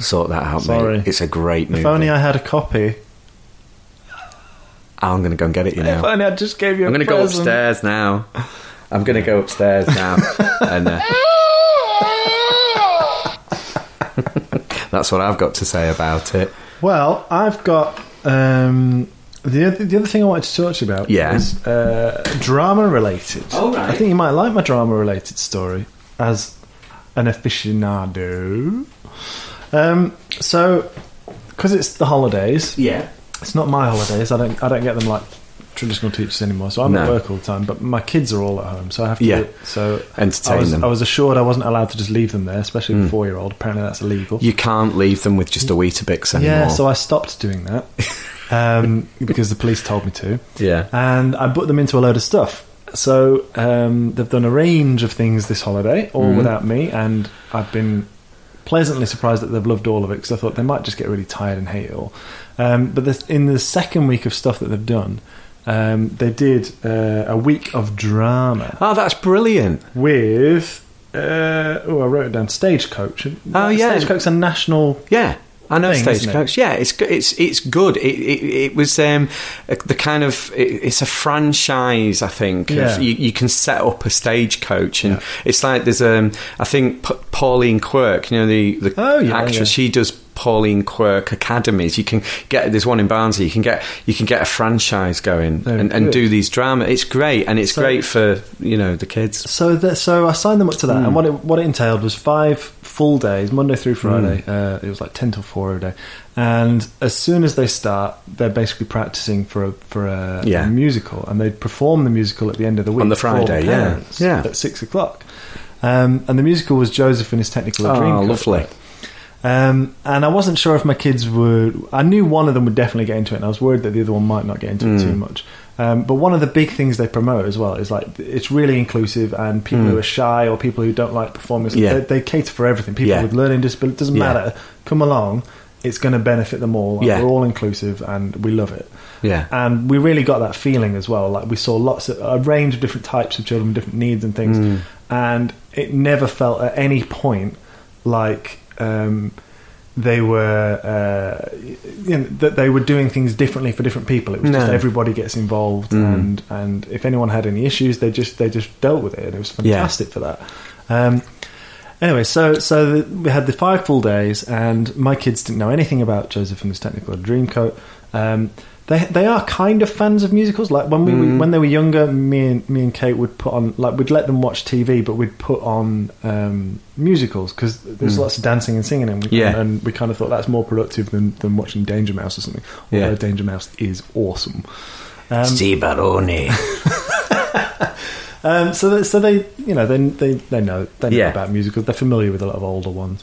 Sort that out,
Sorry.
mate. It's a great movie.
If only I had a copy.
I'm going to go and get it. You
If
know,
only I just gave you.
I'm
going to
go upstairs now. I'm going to go upstairs now, and uh, that's what I've got to say about it.
Well, I've got um, the other, the other thing I wanted to talk to you about.
Yeah.
is uh, drama related.
All right.
I think you might like my drama related story as an aficionado. Um, so, because it's the holidays,
Yeah.
it's not my holidays. I don't I don't get them like traditional teachers anymore. So I'm at
No.
work all the time, but my kids are all at home, so I have to.
Yeah.
So
Entertain
I was,
them. Hmm.
I was assured I wasn't allowed to just leave them there, especially the four year old. Apparently, that's illegal.
You can't leave them with just a Weetabix anymore.
Yeah, so I stopped doing that um, because the police told me to.
yeah.
And I put them into a load of stuff. So um, they've done a range of things this holiday,
Mm-hmm.
all without me, and I've been pleasantly surprised that they've loved all of it because I thought they might just get really tired and hate it all. Um, but this, in the second week of stuff that they've done, um, they did uh, a week of drama
Oh, that's brilliant.
with. Uh, oh, I wrote it down. Stagecoach.
Oh, yeah.
Stagecoach's a national
Yeah. I know
thing, isn't it?
Stagecoach. Yeah, it's go- it's it's good. It it, it was um, a- the kind of it, it's a franchise. I think of-
Yeah.
you, you can set up a stagecoach, and
Yeah.
it's like there's um I think Pa- Pauline Quirk, you know the the
Oh, yeah,
actress,
yeah.
she does. Pauline Quirk academies. You can get there's one in Barnsley. You can get you can get a franchise going
Very
and, and
good.
do these drama. It's great and it's
So-
great for you know the kids.
So that so I signed them up to that,
Hmm.
and what it what it entailed was five full days, Monday through Friday. Uh, it was like ten till four every day, and as soon as they start, they're basically practicing for a for a,
Yeah.
a musical, and they perform the musical at the end of the week
On the
for
Friday, yeah.
parents
Yeah.
at six o'clock. Um, and the musical was Joseph and his technical
Oh,
dream.
lovely.
Um, and I wasn't sure if my kids would. I knew one of them would definitely get into it, and I was worried that the other one might not get into it
Hmm.
too much. Um, but one of the big things they promote as well is like it's really inclusive, and people who are shy or people who don't like performance,
Hmm. Yeah.
they, they cater for everything. People
Yeah.
with learning disabilities doesn't
Yeah.
matter. Come along, it's going to benefit them all. and
Yeah.
We're all inclusive, and we love it.
Yeah.
And we really got that feeling as well. Like we saw lots of a range of different types of children, with different needs and things,
Mm.
and it never felt at any point like um, they were uh, you know, that they were doing things differently for different people. It was just
No. Mm.
everybody gets involved, and and if anyone had any issues, they just they just dealt with it, and it was
Yeah.
fantastic for that. Um, Anyway, so so the, we had the five full days, and my kids didn't know anything about Joseph and his Technical Dreamcoat. Um, they they are kind of fans of musicals. Like when we,
Mm.
we when they were younger, me and me and Kate would put on like we'd let them watch TV, but we'd put on um, musicals because there's lots of dancing and singing, and we,
Mm. Yeah.
and we kind of thought that's more productive than, than watching Danger Mouse or something.
Yeah.
Although Danger Mouse is awesome. Um,
Steve Baroni.
um, so, that, so they, you know, they they, they know they know
Yeah.
about musicals. They're familiar with a lot of older ones,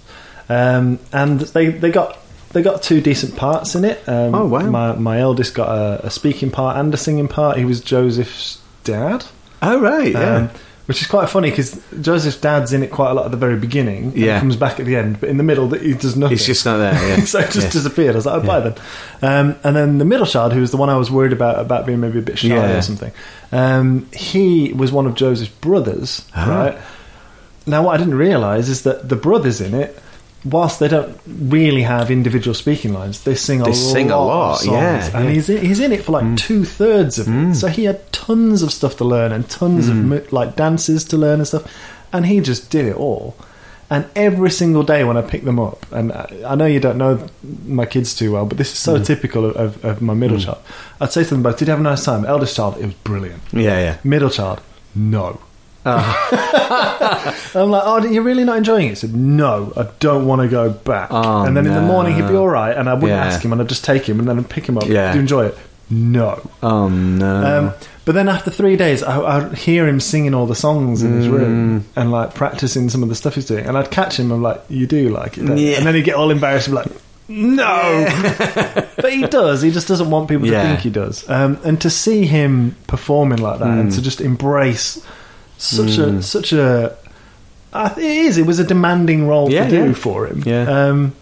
um, and they, they got they got two decent parts in it. Um,
Oh, wow.
My my eldest got a, a speaking part and a singing part. He was Joseph's dad,
oh right, yeah.
um, which is quite funny because Joseph's dad's in it quite a lot at the very beginning. and
Yeah.
comes back at the end, but in the middle, he does nothing.
It's just not there. Yeah.
so it just
Yeah.
disappeared. I was like, oh, bye then. Um, and then the middle child, who was the one I was worried about about being maybe a bit shy
Yeah.
or something, um, he was one of Joseph's brothers,
Ah.
right? Now, what I didn't realise is that the brothers in it, whilst they don't really have individual speaking lines, they sing a
They
lot.
sing a lot,
of songs,
yeah,
and
yeah. Mm.
he's in, he's in it for like two thirds of it, so he had tons of stuff to learn and tons
Mm.
of mo- like dances to learn and stuff, and he just did it all. And every single day when I pick them up, and I, I know you don't know my kids too well, but this is
Mm.
so typical of, of, of my middle child. I'd say to them both, "Did you have a nice time?" Eldest child, it was brilliant.
yeah, yeah.
Middle child, no.
Ah.
I'm like, oh, you're really not enjoying it? He said, no, I don't want to go back.
Oh,
and then in the
no.
morning, he'd be all right, and I wouldn't
Yeah.
ask him, and I'd just take him, and then I'd pick him up.
Yeah.
Do you enjoy it? No.
Oh no.
Um, but then after three days, I, I'd hear him singing all the songs in
Mm.
his room and like practicing some of the stuff he's doing. And I'd catch him and like, you do like it. don't you?"
Yeah.
And then he'd get all embarrassed and be like, no. but he does. He just doesn't want people
Yeah.
to think he does. Um, and to see him performing like that
Mm.
and to just embrace such a, such a, I th- it is, it was a demanding role
Yeah,
to do
yeah.
for him.
Yeah.
Um,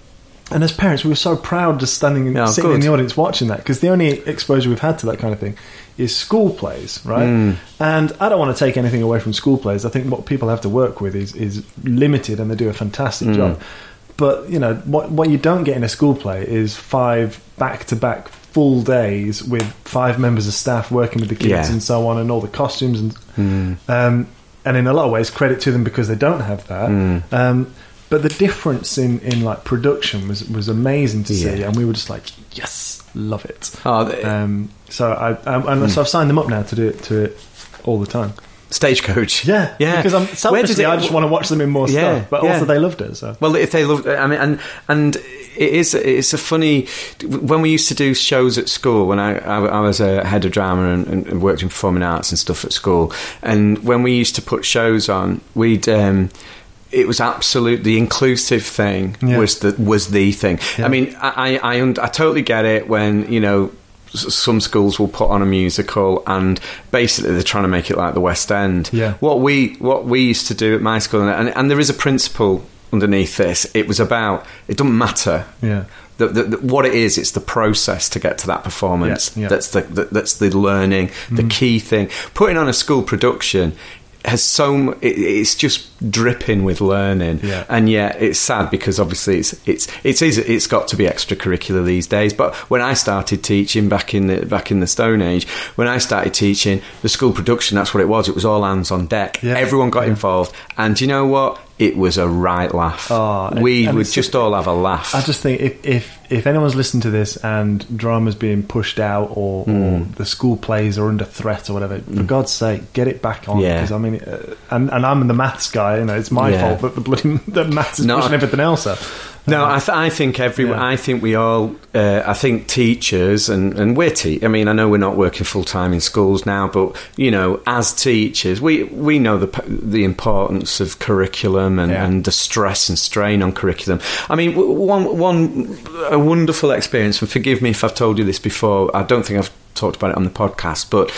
and as parents, we were so proud just standing
Oh,
sitting in
good.
the audience watching that because the only exposure we've had to that kind of thing is school plays, right? And I don't want to take anything away from school plays. I think what people have to work with is, is limited, and they do a fantastic job. But you know what? What you don't get in a school play is five back-to-back full days with five members of staff working with the kids
Yeah.
and so on, and all the costumes and um, and in a lot of ways, credit to them because they don't have that. Um, but the difference in, in like production was, was amazing to see,
Yeah.
and we were just like, yes, love it.
Oh, th-
Um, so I um, and so I've signed them up now to do it to it all the time.
Stagecoach.
Yeah,
yeah.
Because I'm
Where
selfishly,
does it-
I just want to watch them in more
Yeah,
stuff, but
yeah.
also they loved it. So
Well, if they love, I mean, and and it is it's a funny when we used to do shows at school when I I, I was a head of drama and, and, and worked in performing arts and stuff at school, and when we used to put shows on, we'd. Um, it was absolute. The inclusive thing
Yeah.
was the was the thing.
Yeah.
I mean, I I, I, und- I totally get it when you know s- some schools will put on a musical and basically they're trying to make it like the West End.
Yeah.
What we what we used to do at my school, and and there is a principle underneath this. It was about it doesn't matter.
Yeah.
The, the, the- what it is, it's the process to get to that performance.
Yeah, Mm. yeah.
That's the, the that's the learning, the key thing. Putting on a school production has so m- it, it's just dripping with learning,
Yeah.
and yeah, it's sad because obviously it's it's it's easy, it's got to be extracurricular these days. But when I started teaching back in the back in the Stone Age, when I started teaching the school production, that's what it was. It was all hands on deck.
Yeah.
Everyone got involved, and do you know what? It was a right laugh.
Oh, and-
we
and
would
it's-
just all have a laugh.
I just think if, if if anyone's listened to this and drama's being pushed out or,
Hmm.
or the school plays are under threat or whatever, for God's sake, get it back on.
Yeah.
Because I mean, uh, and and I'm the maths guy. You know, it's my
Yeah.
fault that the bloody that maths is
No,
pushing
I-
everything else up.
No, I, th- I think everyone.
Yeah.
I think we all. Uh, I think teachers and and we're. Te- I mean, I know we're not working full time in schools now, but you know, as teachers, we we know the p- the importance of curriculum and,
Yeah.
and the stress and strain on curriculum. I mean, w- one one a wonderful experience. And forgive me if I've told you this before. I don't think I've talked about it on the podcast, but.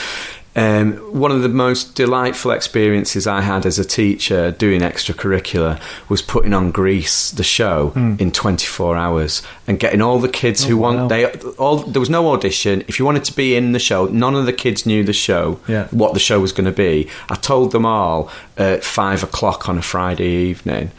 Um, one of the most delightful experiences I had as a teacher doing extracurricular was putting on Greece the show in 24 hours and getting all the kids who
wow.
want they all there was no audition. If you wanted to be in the show, none of the kids knew the show,
Yeah.
what the show was going to be. I told them all at five o'clock on a Friday evening,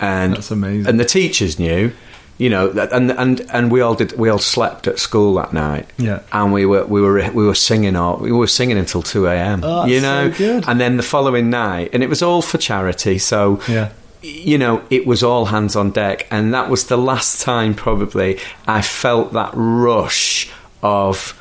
and
That's amazing.
And the teachers knew. You know, that- and and and we all did. We all slept at school that night
Yeah.
and we were we were we were singing all, we were singing until two a.m.
Oh, that's
you
so
know,
good.
and then the following night, and it was all for charity. So
Yeah.
you know, it was all hands on deck, and that was the last time probably I felt that rush of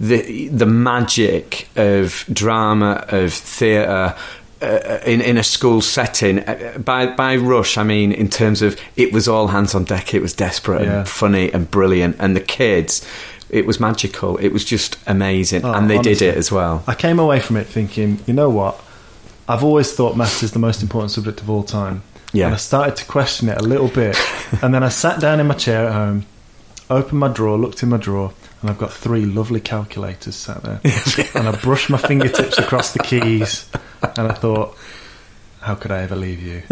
the the magic of drama of theatre. Uh, in in a school setting, Uh, by by rush I mean in terms of it was all hands on deck. It was desperate
Yeah.
and funny and brilliant, and the kids, it was magical. It was just amazing,
Oh,
and they did
honestly.
it as well.
I came away from it thinking, you know what? I've always thought maths is the most important subject of all time.
Yeah.
And I started to question it a little bit. and then I sat down in my chair at home, opened my drawer, looked in my drawer, and I've got three lovely calculators sat there. and I brushed my fingertips across the keys and I thought, how could I ever leave you?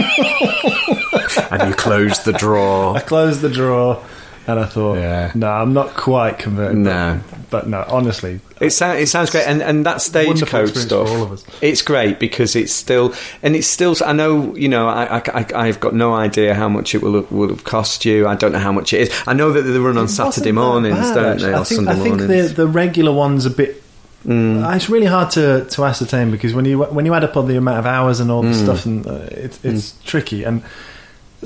and you closed the drawer.
I closed the drawer and I thought,
Yeah.
no, I'm not quite converted.
No.
But, but no, honestly,
It, sound, it sounds great, and and that
Wonderful
stagecoach
experience
stuff.
for all of us.
It's great because it's still, and it's still. I know, you know, I, I, I have got no idea how much it will have, will have cost you. I don't know how much it is. I know that they run on
It wasn't
Saturday
that
mornings,
bad,
don't
actually.
they, or
I think,
Sunday
I think
mornings? Mm.
the, the regular one's a bit. It's really hard to, to ascertain because when you when you add up all the amount of hours and all
Mm.
the stuff, and uh, it, it's tricky. And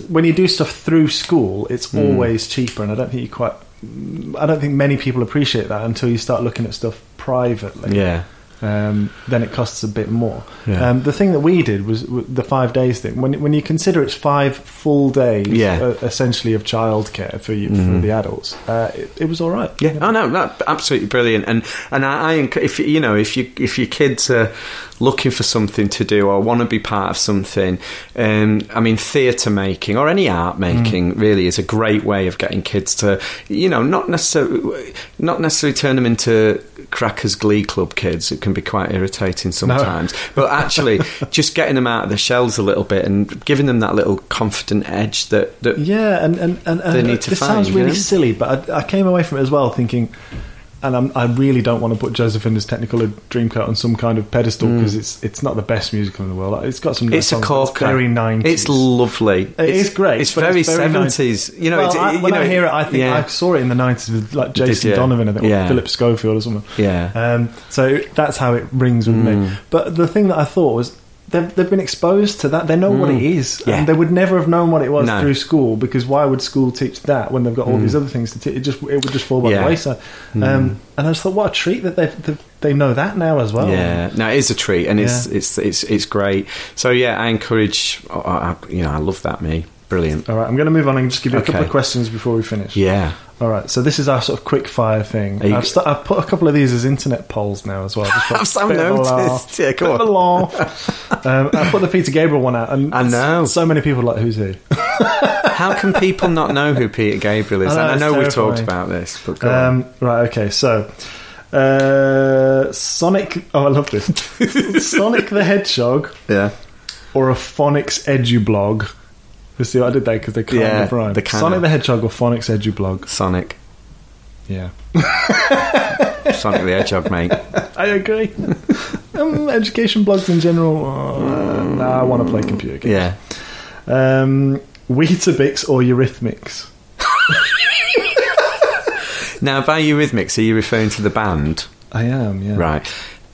when you do stuff through school, it's
Mm.
always cheaper. And I don't think you quite. I don't think many people appreciate that until you start looking at stuff privately
yeah,
um, then it costs a bit more.
Yeah.
Um, the thing that we did was w- the five days thing. When when you consider it's five full days,
Yeah. Mm-hmm.
uh, essentially of childcare for you for the adults, uh, it, it was all right.
yeah. Oh no, no, absolutely brilliant. And and I, I, enc- if you know, if you if your kids are looking for something to do or want to be part of something, um, I mean, theatre making or any art making really is a great way of getting kids to, you know, not necessarily not necessarily turn them into crackers glee club kids. It can be quite irritating sometimes, but actually, just getting them out of their shells a little bit and giving them that little confident edge that that
Yeah, and and and, and
They need to
this
find,
sounds really
you know?
silly, but I, I came away from it as well thinking, and I'm, I really don't want to put Josephine's Technicolor Dreamcoat on some kind of pedestal because it's it's not the best musical in the world. It's got some. nice
Mm. It's a
songs, but
corker.
very nineties.
It's lovely. it's,
it's great.
It's
but
very
nice.
seventies. You know,
Well,
it's,
I,
you
when
know,
I hear it, I think
yeah,
I saw it in the nineties with like
Did
Jason
you?
Donovan, I think,
Yeah.
or Philip Schofield or something.
Yeah.
Um, so that's how it rings with
Mm.
me. But the thing that I thought was. They've, they've been exposed to that. They know what it is.
Mm. Yeah.
And they would never have known what it was
No. Mm.
through school because why would school teach that when they've got all these other things to teach? It just it would just fall by
Yeah. Mm.
the wayside. Um, and I just thought, what a treat that they they they know that now as well.
yeah. No, it is a treat, and it's
Yeah.
it's it's it's great. So yeah, I encourage. I, I, you know, I love that. Me, brilliant.
All right, I'm going to move on and just give you a couple
Okay.
of questions before we finish.
Yeah.
All right, so this is our sort of quick fire thing.
Are you-
I've, sta- I've put a couple of these as internet polls now as well. Just for a
I've so
bit of a
noticed.
laugh,
Yeah, go
bit of a laugh. um, I put the Peter Gabriel one out, and
I know.
so many people like who's who.
How can people not know who Peter Gabriel is?
I know,
and I
it's
know we've talked
terrifying.
about this, but go on.
Um, right, okay, so uh, Sonic. Oh, I love this. Sonic the Hedgehog
yeah.
or a Phonics EduBlog. You see what I did there because they can't
Yeah,
rhyme.
they can't.
Sonic the Hedgehog or Phonics EduBlog.
Sonic,
Yeah.
Sonic the Hedgehog, mate.
I agree. um, education blogs in general. Uh,
Mm.
nah, I want to play computer games.
Yeah.
Um, Weetabix or Eurythmics?
Now, by Eurythmics, are you referring to the band?
I am. Yeah.
Right.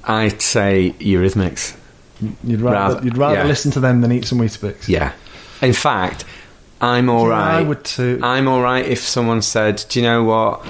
I'd say Eurythmics.
You'd rather,
Rather-
you'd rather
yeah.
listen to them than eat some Weetabix.
Yeah. In fact, I'm all
Yeah,
right.
I would too.
I'm all right if someone said, "Do you know what?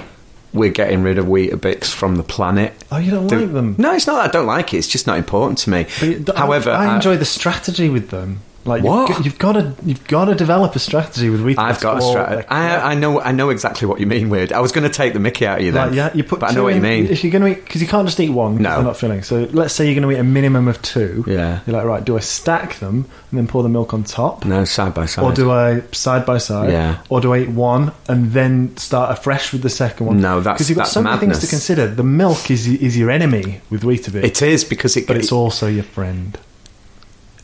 We're getting rid of Weetabix from the planet."
Oh, you don't
Do-
like them.
No, it's not that I don't like it. It's just not important to me.
But it- I-
However, uh,
I, enjoy the strategy with them. Like you've
What?
got- You've got to you've got to develop a strategy with Weetabix.
I've got a
or-
strategy. I, I know. I know exactly what you mean. Weird. I was going to take the Mickey out of you then.
Like, yeah, you put.
but I
two
know what you
in-
mean.
If you're going to eat, because you can't just eat one. 'cause
No.
they're not filling. So let's say you're going to eat a minimum of two.
Yeah.
You're like, right? Do I stack them and then pour the milk on top,
No, side by side.
or do I side by side?
Yeah.
Or do I eat one and then start afresh with the second one?
No, that's-
because you've got
that's
so many things to
madness.
consider. The milk is is your enemy with Weetabix,
It is because it.
but
it-
it's also your friend.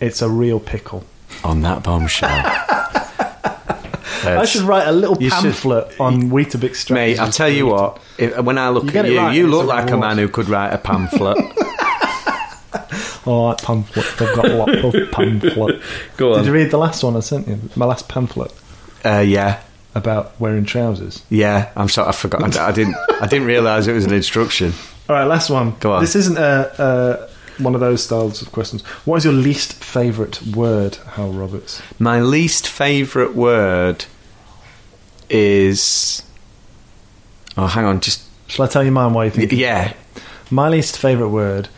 It's a real pickle.
on that bombshell.
I should write a little
You should-
pamphlet on Weetabix strategy.
Mate, I'll tell you what. If, when I look
You
at
get it
you,
right,
you
it's
look
a
like a
reward.
man who could write a pamphlet.
Oh, that pamphlet. They've got a lot of pamphlet.
Go
Did you read the last one I sent you? My last pamphlet
Uh, yeah,
about wearing trousers.
yeah. I'm sorry, I forgot. I, I didn't. I didn't realise it was an instruction.
All right, last one.
Go on.
This isn't a, a one of those styles of questions. What is your least favourite word, Hal Roberts?
My least favourite word is. Oh, hang on. Just
Shall I tell you mine while you
y-
think?
yeah.
My least favourite word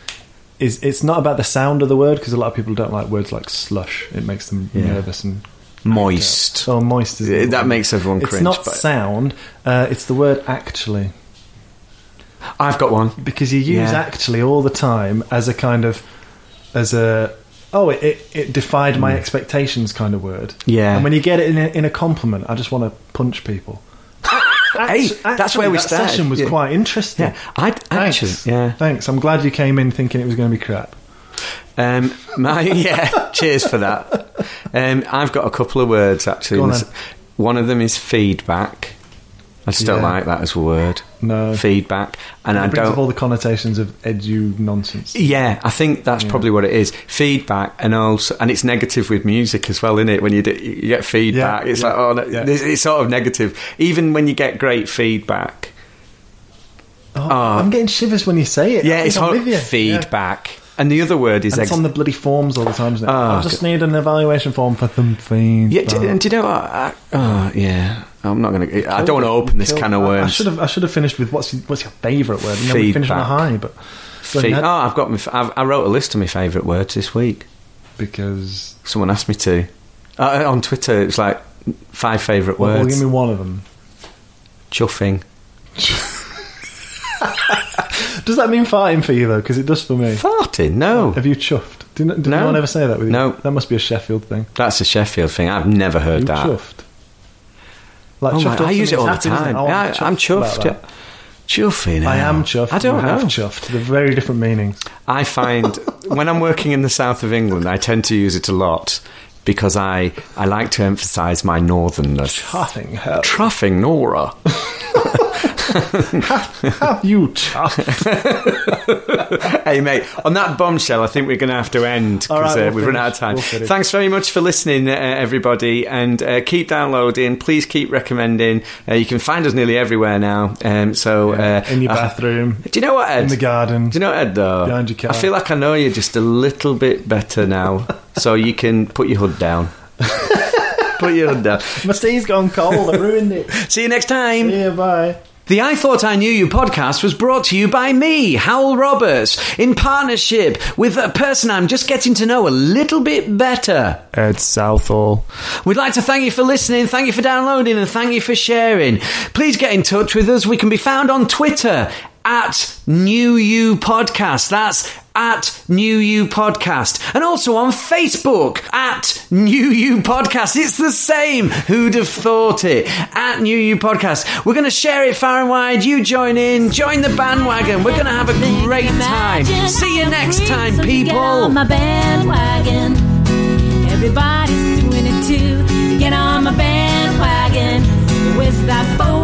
is it's not about the sound of the word because a lot of people don't like words like slush. It makes them
Yeah.
nervous and
Moist.
Oh, moist is
Yeah, that makes everyone
It's
cringe,
not
but-
sound. Uh, it's the word actually.
I've got one.
because you
Yeah.
use actually all the time as a kind of as a oh it, it, it defied my expectations kind of word
Mm. Yeah.
and when you get it in a, in a compliment i just want to punch people
Hey,
Actu-
that's where we
that
started.
session was
Yeah.
quite interesting
Yeah, I'd
Thanks.
actually. Yeah.
Thanks. I'm glad you came in thinking it was going to be crap.
Um, my yeah, cheers for that. Um, I've got a couple of words actually.
Go on
This-
then.
One of them is feedback. I just don't
Yeah.
like that as a word.
No.
feedback, and I
it brings up
don't.
all the connotations of edu nonsense.
Yeah, I think that's probably what it is. Feedback, and also, and it's negative with music as well, isn't it? When you, do, you get feedback,
Yeah,
it's
yeah,
like oh, no,
yeah.
it's, it's sort of negative. Even when you get great feedback,
Oh,
Ah.
I'm getting shivers when you say it. I
yeah,
think
it's
I'm
hor-
with you. Yeah.
feedback. And the other word is
And it's
ex-
on the bloody forms all the time, isn't it?
Ah,
I just need an evaluation form for them things.
Yeah, do, and do you know what? I, oh, yeah. I'm not going to. I don't want to open this
Kill-
can of
I- I
worms.
should have. I should have finished with what's your, what's your favourite word, and then we finish on a
Feedback.
high. But so
Fe-
now-
oh, I've got. My, f- I've, I wrote a list of my favourite words this week.
because
Someone asked me to. Uh, on Twitter, it's like five favourite
well, well,
words.
give me one of them.
Chuffing.
Does that mean farting for you though? Because it does for me.
Farting? No.
Have you chuffed? Did, did
No.
no one ever say that with you?
No.
that must be a Sheffield thing.
That's a Sheffield thing. I've never heard
You
that.
chuffed. Like
Oh
chuffed
my-
up
I use it all the
something's happened,
time.
isn't it? Oh,
Yeah, I'm chuffed.
about
yeah.
that.
Chuffing.
I am
oh.
chuffed.
I don't
you
know.
Have chuffed. They're very different meanings.
I find when I'm working in the south of England, I tend to use it a lot because I, I like to emphasise my northernness.
Chuffing hell.
Truffing Nora.
Have you chuffed?
hey, mate, on that bombshell, I think we're going to have to end
All
because
right,
uh,
we'll
we've run out of
finish.
time.
We'll finish.
Thanks very much for listening, uh, everybody, and uh, keep downloading. Please keep recommending. Uh, you can find us nearly everywhere now. Um, so, uh,
in your
I-
bathroom,
do you know what, Ed?
in the garden.
Do you know what, Ed, though?
Behind your car.
I feel like I know you just a little bit better now, so you can put your hood down. put your hood down.
My tea's gone cold. I ruined it.
See you next time.
Yeah, bye.
The I Thought I Knew You podcast was brought to you by me, Howell Roberts, in partnership with a person I'm just getting to know a little bit better.
Ed Southall.
We'd like to thank you for listening, thank you for downloading, and thank you for sharing. Please get in touch with us. We can be found on Twitter at New You Podcast. That's at New You Podcast. And also on Facebook at New You Podcast. It's the same. Who'd have thought it? At New You Podcast. We're going to share it far and wide. You join in, join the bandwagon. We're going to have a great time.
Imagine
See you
I'm
next
free,
time,
so you get
people.
on my bandwagon. Everybody's doing it too. You Get on my bandwagon. With that four